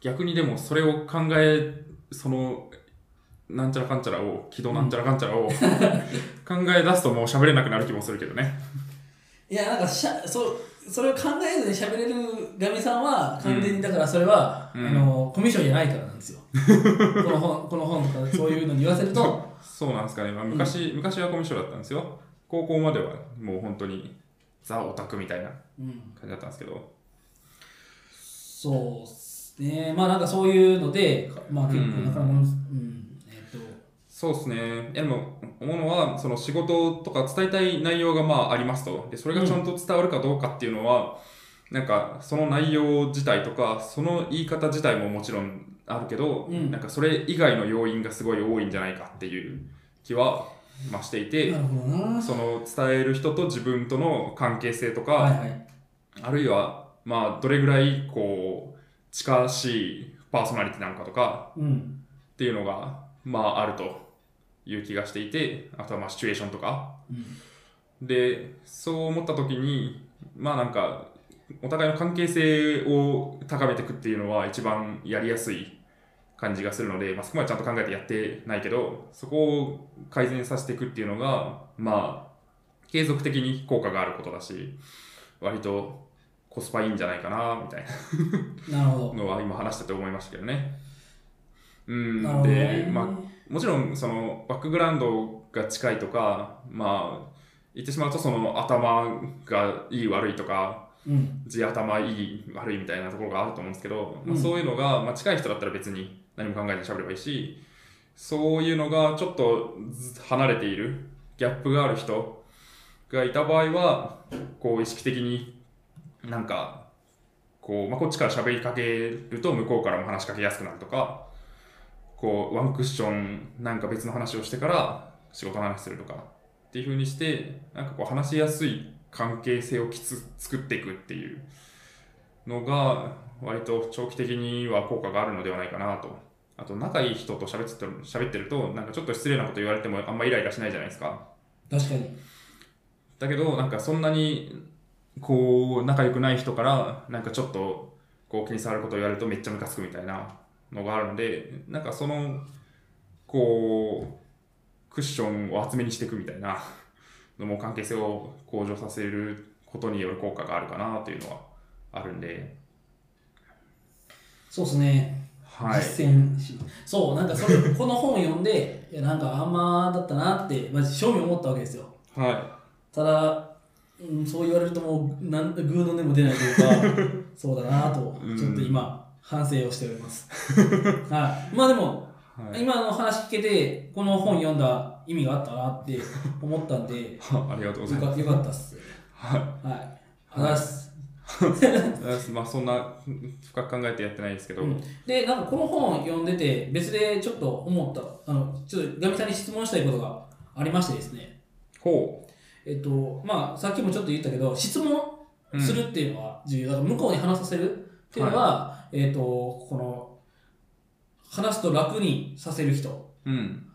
逆にでもそれを考えそのなんちゃらかんちゃらを軌道なんちゃらかんちゃ らを考え出すともう喋れなくなる気もするけどねいや、なんかしゃ、そう、それを考えずに喋れるガミさんは、完全に、だからそれは、うんあの、コミッションじゃないからなんです よ。この本、この本とかそういうのに言わせると、そうなんですかね、まあ、昔、昔はコミュ障だったんですよ高校まではもう本当にザオタクみたいなうん、感じだったんですけどそうっすね。まあ、なんかそういうので、まあ結構、うんなかなか、うん、えっ、と、そうですねいやでも思うのはその仕事とか伝えたい内容がまあありますとでそれがちゃんと伝わるかどうかっていうのは、なんかその内容自体とかその言い方自体ももちろんあるけど、うんなんかそれ以外の要因がすごい多いんじゃないかっていう気はまあしていてなるほどな。その伝える人と自分との関係性とか、はいはい。あるいはまあどれぐらいこう近しいパーソナリティなのかとかうん。っていうのが、まあ、あるという気がしていて、あとはまあシチュエーションとか。うんで、そう思った時に、まあなんか、お互いの関係性を高めていくっていうのは一番やりやすい感じがするので、まあ、そこまでちゃんと考えてやってないけど、そこを改善させていくっていうのが、まあ、継続的に効果があることだし、割とコスパいいんじゃないかな、みたいな。なるほど。のは今話してて思いましたけどね。うん、なるほどねで、まあ、もちろんそのバックグラウンドが近いとか、まあ、言ってしまうと、その頭がいい悪いとか、うん。地頭いい悪いみたいなところがあると思うんですけど、まうあ、んそういうのが、まあ、近い人だったら別に何も考えて喋ればいいしそういうのがちょっとず離れているギャップがある人がいた場合はこう意識的になんかこう、まあ、こっちから喋りかけると向こうからも話しかけやすくなるとかこうワンクッションなんか別の話をしてから仕事の話するとかっていう風にしてなんかこう話しやすい関係性をきつ作っていくっていうのが割と長期的には効果があるのではないかなとあと仲いい人と喋ってる喋ってるとなんかちょっと失礼なこと言われてもあんまイライラしないじゃないですか確かに。だけどなんかそんなにこう仲良くない人からなんかちょっとこう気に障ることを言われるとめっちゃムカつくみたいなのがあるのでなんかそのこうクッションを厚めにしていくみたいなのも関係性を向上させることによる効果があるかなというのはあるんでそうですね。はい実践しそう、なんかそれ、 この本読んで、いやなんかあんまだったなって、まじ正味思ったわけですよ。はただ、うん、そう言われるともうなんグーの音も出ないと いうかそうだなとうんちょっと今、反省をしております はいまあでも、いはい 今の話聞けてこの本読んだ意味があったなって思ったんでよありがとうございますかよかったっすはいはい話す、まあそんな深く考えてやってないですけど、うんでなんかこの本読んでて別でちょっと思ったあのちょっとガミさんに質問したいことがありましてですねほえっとまあさっきもちょっと言ったけど質問う、うんするっていうのは重要だから向こうに話させるっていうのは、えっ、とこの話すと楽にさせる人うん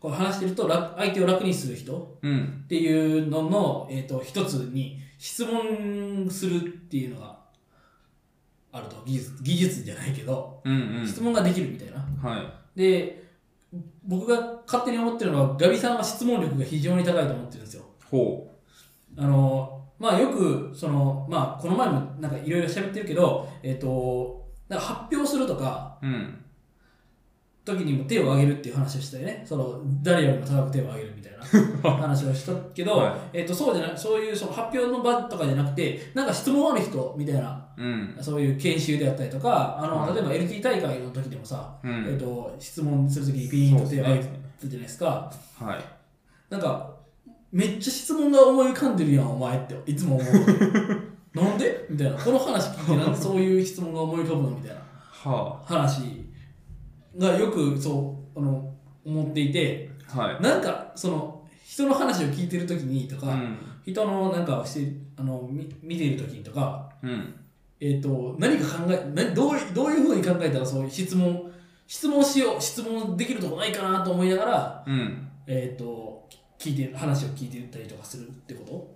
こう話してると楽相手を楽にする人うんっていうのの、えっと一つに質問するっていうのがあると技術技術じゃないけど、うんうん質問ができるみたいなはいで僕が勝手に思ってるのはガビさんは質問力が非常に高いと思ってるんですよほあの、まあよく、その、まあこの前もなんかいろいろ喋ってるけど、えっ、と、なんか発表するとか、ううん時にも手を挙げるっていう話をしたよね。その、誰よりも高く手を挙げるみたいな 話をしたけど、はえっ、と、そうじゃなそういうその発表の場とかじゃなくて、なんか質問ある人みたいな、うんそういう研修であったりとか、あはの、い例えば LT 大会の時でもさ、うえっ、んと、質問するときにピーンと手を挙げてそうでたじゃないですか。はいなんか、めっちゃ質問が思い浮かんでるやん、お前って、いつも思う。 なんでみたいな。この話聞いて、なんでそういう質問が思い浮かぶのみたいなは話がよくそう、あの、思っていて、あはいなんか、その、人の話を聞いてるときにとか、うん人のなんかをして、あの、み見ているときにとか、うんえっ、と、何か考え、などういどういうふうに考えたらそういう質問、質問しよう、質問できるとこないかなと思いながら、うんえっ、と聞いて話を聞いてたりとかするってこ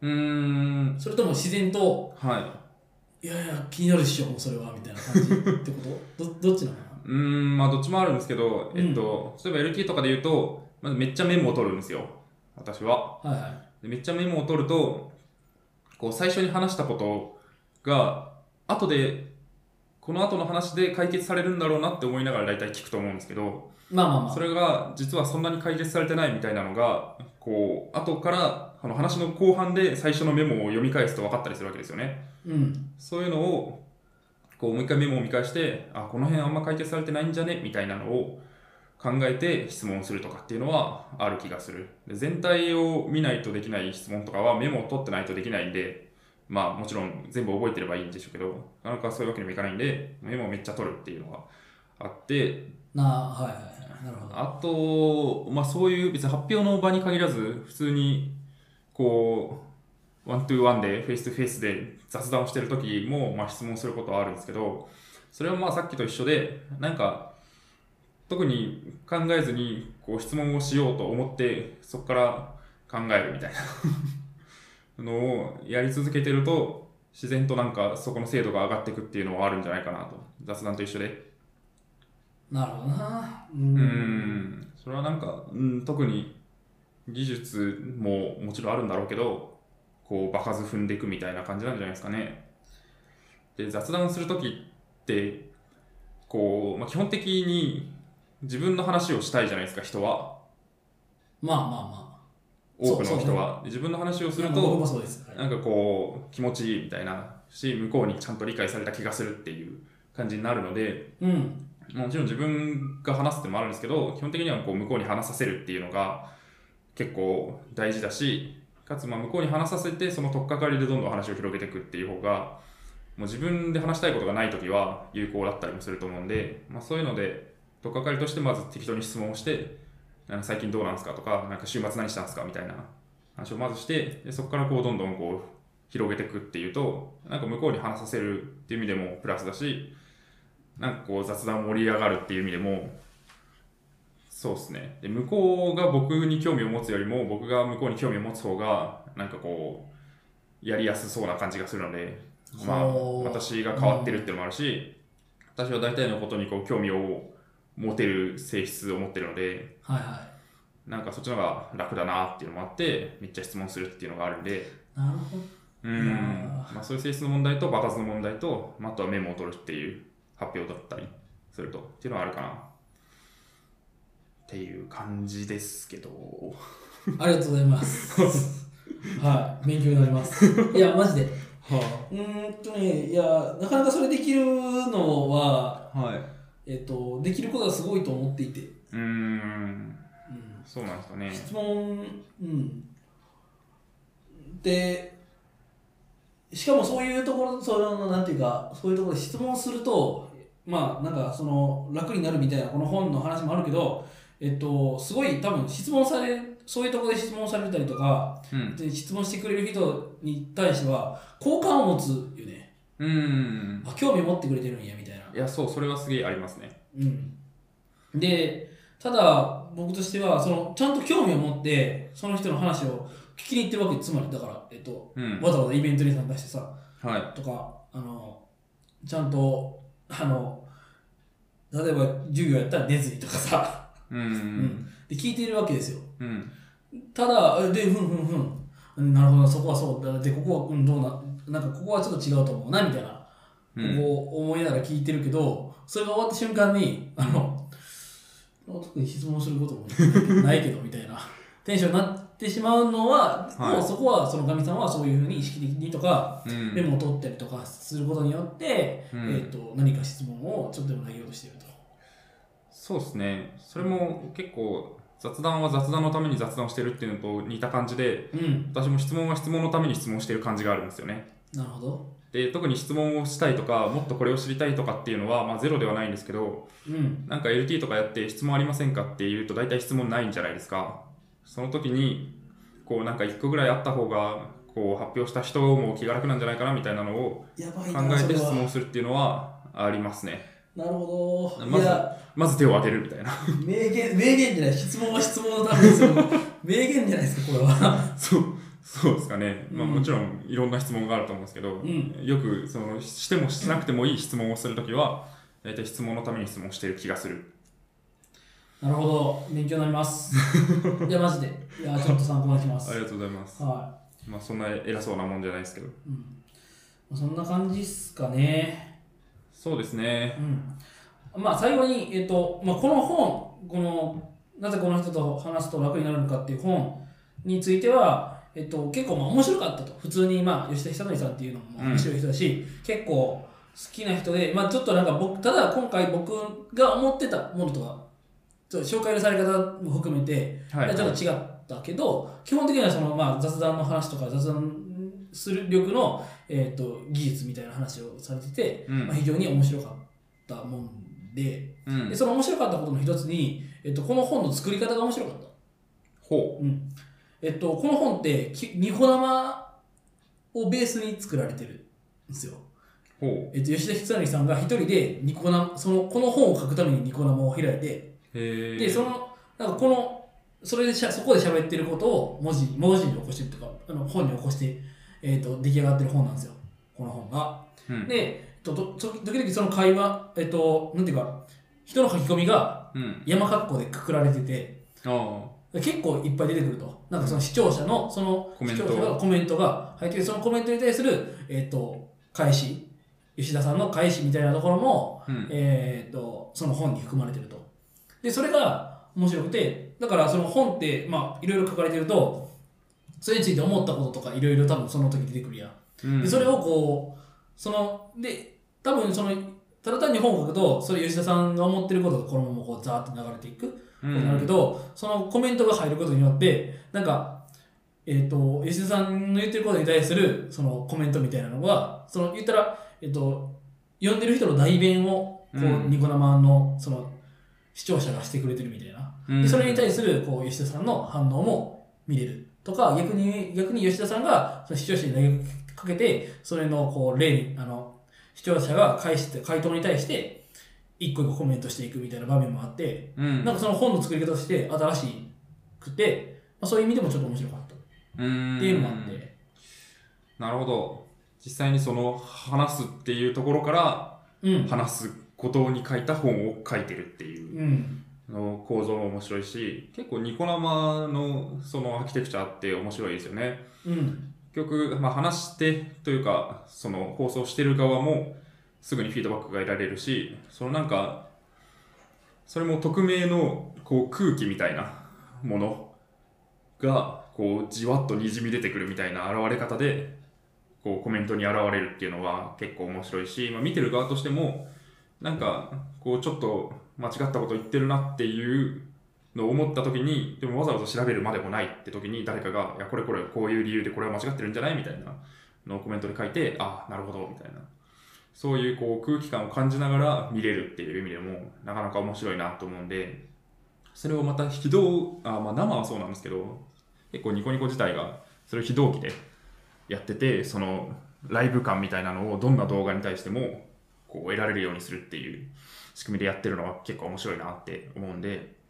うーんとそれとも自然とはいいやいや気になるっしょもうそれはみたいな感じって ことどどっちなのかなうーんまあどっちもあるんですけどうんえっと、例えば LT とかで言うとまずめっちゃメモを取るんですよ私ははいはでめっちゃメモを取るとこう最初に話したことが後でこの後の話で解決されるんだろうなって思いながら大体聞くと思うんですけど、いまあまあまあそれが実はそんなに解決されてないみたいなのがこう後からあの話の後半で最初のメモを読み返すと分かったりするわけですよねうんそういうのをこうもう一回メモを見返してあこの辺あんま解決されてないんじゃねみたいなのを考えて質問するとかっていうのはある気がするで全体を見ないとできない質問とかはメモを取ってないとできないんでまあもちろん全部覚えてればいいんでしょうけどなかなかそういうわけにもいかないんでメモをめっちゃ取るっていうのがあってなあはいはいなるほどあと、まあ、そういう別に発表の場に限らず普通にこうワントゥーワンでフェイストゥフェイスで雑談をしてる時も、まあ、質問することはあるんですけどそれはまあさっきと一緒でなんか特に考えずにこう質問をしようと思ってそこから考えるみたいな のをやり続けてると自然となんかそこの精度が上がっていくっていうのはあるんじゃないかなと雑談と一緒でなるほどなううんん、それはなんか、うん、特に技術ももちろんあるんだろうけど、こう、場数踏んでいくみたいな感じなんじゃないですかね。で、雑談するときって、こう、まあ、基本的に自分の話をしたいじゃないですか、人は。まあまあま多くそうそのう人は。で自分の話をするいや僕もと、そうです。はいなんかこう、気持ちいいみたいなし、向こうにちゃんと理解された気がするっていう感じになるので、うん。もちろん自分が話すってのもあるんですけど、基本的にはこう向こうに話させるっていうのが結構大事だし、かつまあ向こうに話させて、その取っかかりでどんどん話を広げていくっていう方が、もう自分で話したいことがないときは有効だったりもすると思うんで、まあ、そういうので、取っかかりとしてまず適当に質問をして、あの最近どうなんですかとか、なんか週末何したんですかみたいな話をまずして、でそこからこうどんどんこう広げていくっていうと、なんか向こうに話させるっていう意味でもプラスだし、なんかこう雑談盛り上がるっていう意味でも、そうですね。で、向こうが僕に興味を持つよりも、僕が向こうに興味を持つ方が、なんかこう、やりやすそうな感じがするので、まあ、ほう私が変わってるっていうのもあるし、私は大体のことにこう興味を持てる性質を持ってるので、はいはなんかそっちの方が楽だなっていうのもあって、めっちゃ質問するっていうのがあるんで、い。なるほど。ういんやーまあ、そういう性質の問題と、場数の問題と、まああとはメモを取るっていう発表だったりすると、っていうのはあるかな。っていう感じですけど。ありがとうござい ます。はい。勉強になります。いや、マジで。はうーんとね、いや、なかなかそれできるのは、はい。えっと、できることがすごいと思っていて。うーん、うんそうなんですかね。質問、うん。で、しかもそういうところ、その、なんていうか、そういうところで質問すると、まあ、なんか、その、楽になるみたいな、この本の話もあるけど、えっと、すごい多分質問され、そういうところで質問されたりとか、うん。で質問してくれる人に対しては、好感を持つよね。うーん。あ、興味持ってくれてるんや、みたいな。いや、そう、それはすげえありますね。うん、でただ僕としてはそのちゃんと興味を持ってその人の話を聞きに行ってるわけつまりだから、えっと、うん。わざわざイベントに参加してさはい。とかあのちゃんとあの例えば授業やったら出ずにとかさ、うー。うんで聞いているわけですようん。ただえでふんふんふんうんなるほどなそこはそうだでここはうんどうななんかここはちょっと違うと思うなみたいなうん。こう思いながら聞いてるけど、それが終わった瞬間に、あの、特に質問することもないけどみたいなテンションになってしまうのは、はいもうそこはそのかみさんはそういうふうに意識的にとか、うん。メモを取ったりとかすることによって、うんえっと何か質問をちょっとでも投げようとしてると。そうですね。それも結構、雑談は雑談のために雑談をしてるっていうのと似た感じで、うん、私も質問は質問のために質問してる感じがあるんですよね。なるほど。で、特に質問をしたいとか、もっとこれを知りたいとかっていうのは、まあゼロではないんですけど、うん、なんか LT とかやって質問ありませんかって言うと大体質問ないんじゃないですか。その時に、こうなんか一個ぐらいあった方が、こう発表した人も気が楽なんじゃないかなみたいなのをやばい考な、えそてれ質は問。するっていうのはありますね。なるほど。まいずや、まず手を挙げるみたいな。名言、名言じゃない、質問は質問のためですよ。 名言じゃないですか、これは。そう、そうですかね。まあうんもちろんいろんな質問があると思うんですけど、んよくそのしてもしなくてもいい質問をするときは、大体質問のために質問してる気がする。なるほど、勉強になります。 いや、マジで。いや、ちょっと参考にしまあす。りがとうございます。はまあそんな偉そうなもんじゃないですけど。い。うんまあ、そんな感じっすかね。そうですうね。ん。まあ、最後に、えっ、と、まあ、この本、この、なぜこの人と話すと楽になるのかっていう本については、えっ、と、結構まあ面白かったと。普通に、まあ、吉田久典さんっていうのも面白い人だし、結構好きな人で、まあ、ちょっとなんか僕、ただ今回僕が思ってたものとは、ちょっと紹介のされ方も含めて、はい。ちょっと違ったけど、基本的にはその、まあ、雑談の話とか雑談する力の、えー、と技術みたいな話をされてて、うんまあ、非常に面白かったもんでうんでその面白かったことの一つに、えっとこの本の作り方が面白かった、ほうんえっとこの本ってきニコ生をベースに作られてるんですよ、う。ほえっと吉田久典さんが一人でニコ生そのこの本を書くためにニコ生を開いてう。へえ。で、その、なんかこの、それでしゃそこで喋ってることを文字文字に起こしてるとか、あの本に起こして、えー、と出来上がってる本なんですよ、この本が。うん、で、えっとと時々その会話、えっ、と、なんていうか、人の書き込みがうん。山括弧でくくられてて、ああ。結構いっぱい出てくると。なんかその視聴者の、そのコメ視ン聴ト者のコメントが入ってて、そのコメントに対する、えっ、と、返し、吉田さんの返しみたいなところも、うん。えー、とその本に含まれてると。でそれが面白くてだからその本ってまあいろいろ書かれてるとそれについて思ったこととかいろいろ多分その時出てくるやん。うんでそれをこうそので多分そのただ単に本を書くとそれ吉田さんが思ってることがこのままこうザーッと流れていくことうんになるけど、そのコメントが入ることによってなんかえっ、と吉田さんの言ってることに対するそのコメントみたいなのがその言ったらえっ、と読んでる人の代弁をこう、うんニコ生のその視聴者がしてくれてるみたいなうんでそれに対するこう吉田さんの反応も見れるとか逆に逆に吉田さんがその視聴者に投げかけてそれのこう例にあの視聴者が返して回答に対して一個一個コメントしていくみたいな場面もあってうんなんかその本の作り方として新しくて、まあ、そういう意味でもちょっと面白かったっていうのもあって。なるほど実際にその話すっていうところからうん話すことに書いた本を書いてるっていううんの構造も面白いし結構ニコ生のそのアーキテクチャって面白いですよねうん結局、まあ、話してというかその放送してる側もすぐにフィードバックが得られるしそのなんかそれも匿名のこう空気みたいなものがこうじわっとにじみ出てくるみたいな現れ方でこうコメントに現れるっていうのは結構面白いし、まあ、見てる側としてもなんかこうちょっと間違ったこと言ってるなっていうのを思った時にでもわざわざ調べるまでもないって時に誰かが「いやこれこれこういう理由でこれは間違ってるんじゃない?」みたいなのをコメントで書いて「ああなるほど」みたいなそういうこう空気感を感じながら見れるっていう意味でもなかなか面白いなと思うんでそれをまた非同あ、まあ、生はそうなんですけど結構ニコニコ自体がそれを非同期でやっててそのライブ感みたいなのをどんな動画に対してもこう得られるようにするっていう仕組みでやってるのは結構面白いなって思うんで。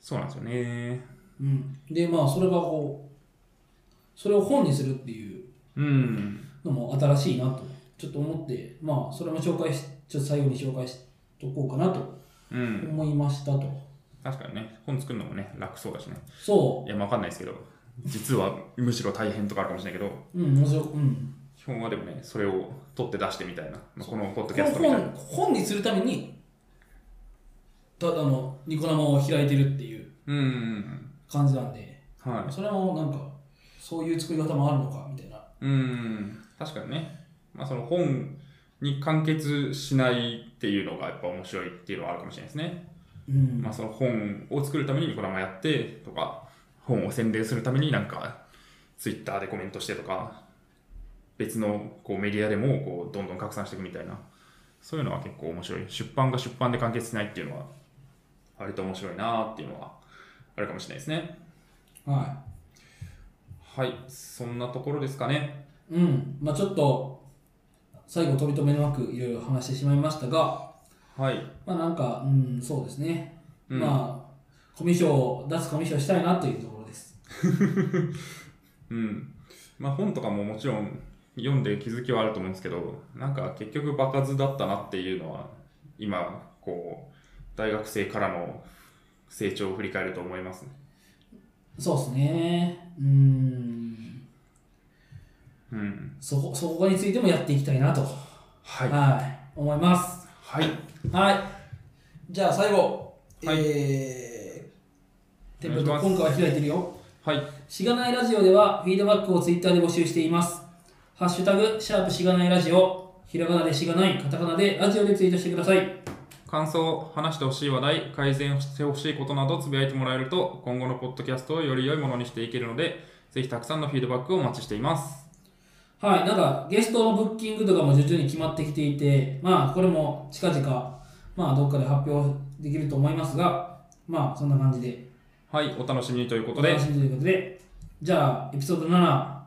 そうなんですよね。うん、でまあそれがこうそれを本にするっていううん。のも新しいなとちょっと思ってまあそれも紹介しちょっと最後に紹介しとこうかなとうん。思いましたと、確かにね、本作るのもね、楽そうだしね。そいや、まあわかんないですけど、実はむしろ大変とかあるかもしれないけど、ううん面白いうん基本はでもね、それを取って出してみたいな、まあ、このポッドこキャのストみたいな。本本にするためにただのニコ生を開いてるっていううんうんうん。感じなんではい。それもなんかそういう作り方もあるのかみたいなうん。確かにね。まあ、その本に完結しないっていうのがやっぱ面白いっていうのはあるかもしれないですね。うん、まあ、その本を作るためにニコ生やってとか、本を宣伝するためになんか、ツイッターでコメントしてとか、別のこうメディアでもこうどんどん拡散していくみたいな、そういうのは結構面白い。出版が出版で完結しないっていうのは、割と面白いなっていうのはあるかもしれないですね。ははい、そんなところですかね。いうんまあちょっと最後取り留めなくいろいろ話してしまいましたがはい。まあなんかうんそうですね、うんまあコミュ障出すコミュ障したいなというところですうん。まあ本とかももちろん読んで気づきはあると思うんですけど、なんか結局場数だったなっていうのは、今、こう、大学生からの成長を振り返ると思いますね。そうですね。うーん。うん。そこ、そこについてもやっていきたいなと。は。はいい。思います。はい。はい。じゃあ最後。はいえー、テンプレーお願いトします今回は開いてるよ。はい。しがないラジオではフィードバックをツイッターで募集しています。ハッシュタグ、シャープしがないラジオ、ひらがなでしがない、カタカナでラジオでツイートしてください。感想、話してほしい話題、改善してほしいことなどつぶやいてもらえると、今後のポッドキャストをより良いものにしていけるので、ぜひたくさんのフィードバックをお待ちしています。はい、なんかゲストのブッキングとかも徐々に決まってきていて、まあこれも近々、まあどっかで発表できると思いますが、まあそんな感じで、はい、お楽しみにということおで楽、しみということで、じゃあエピソード7、は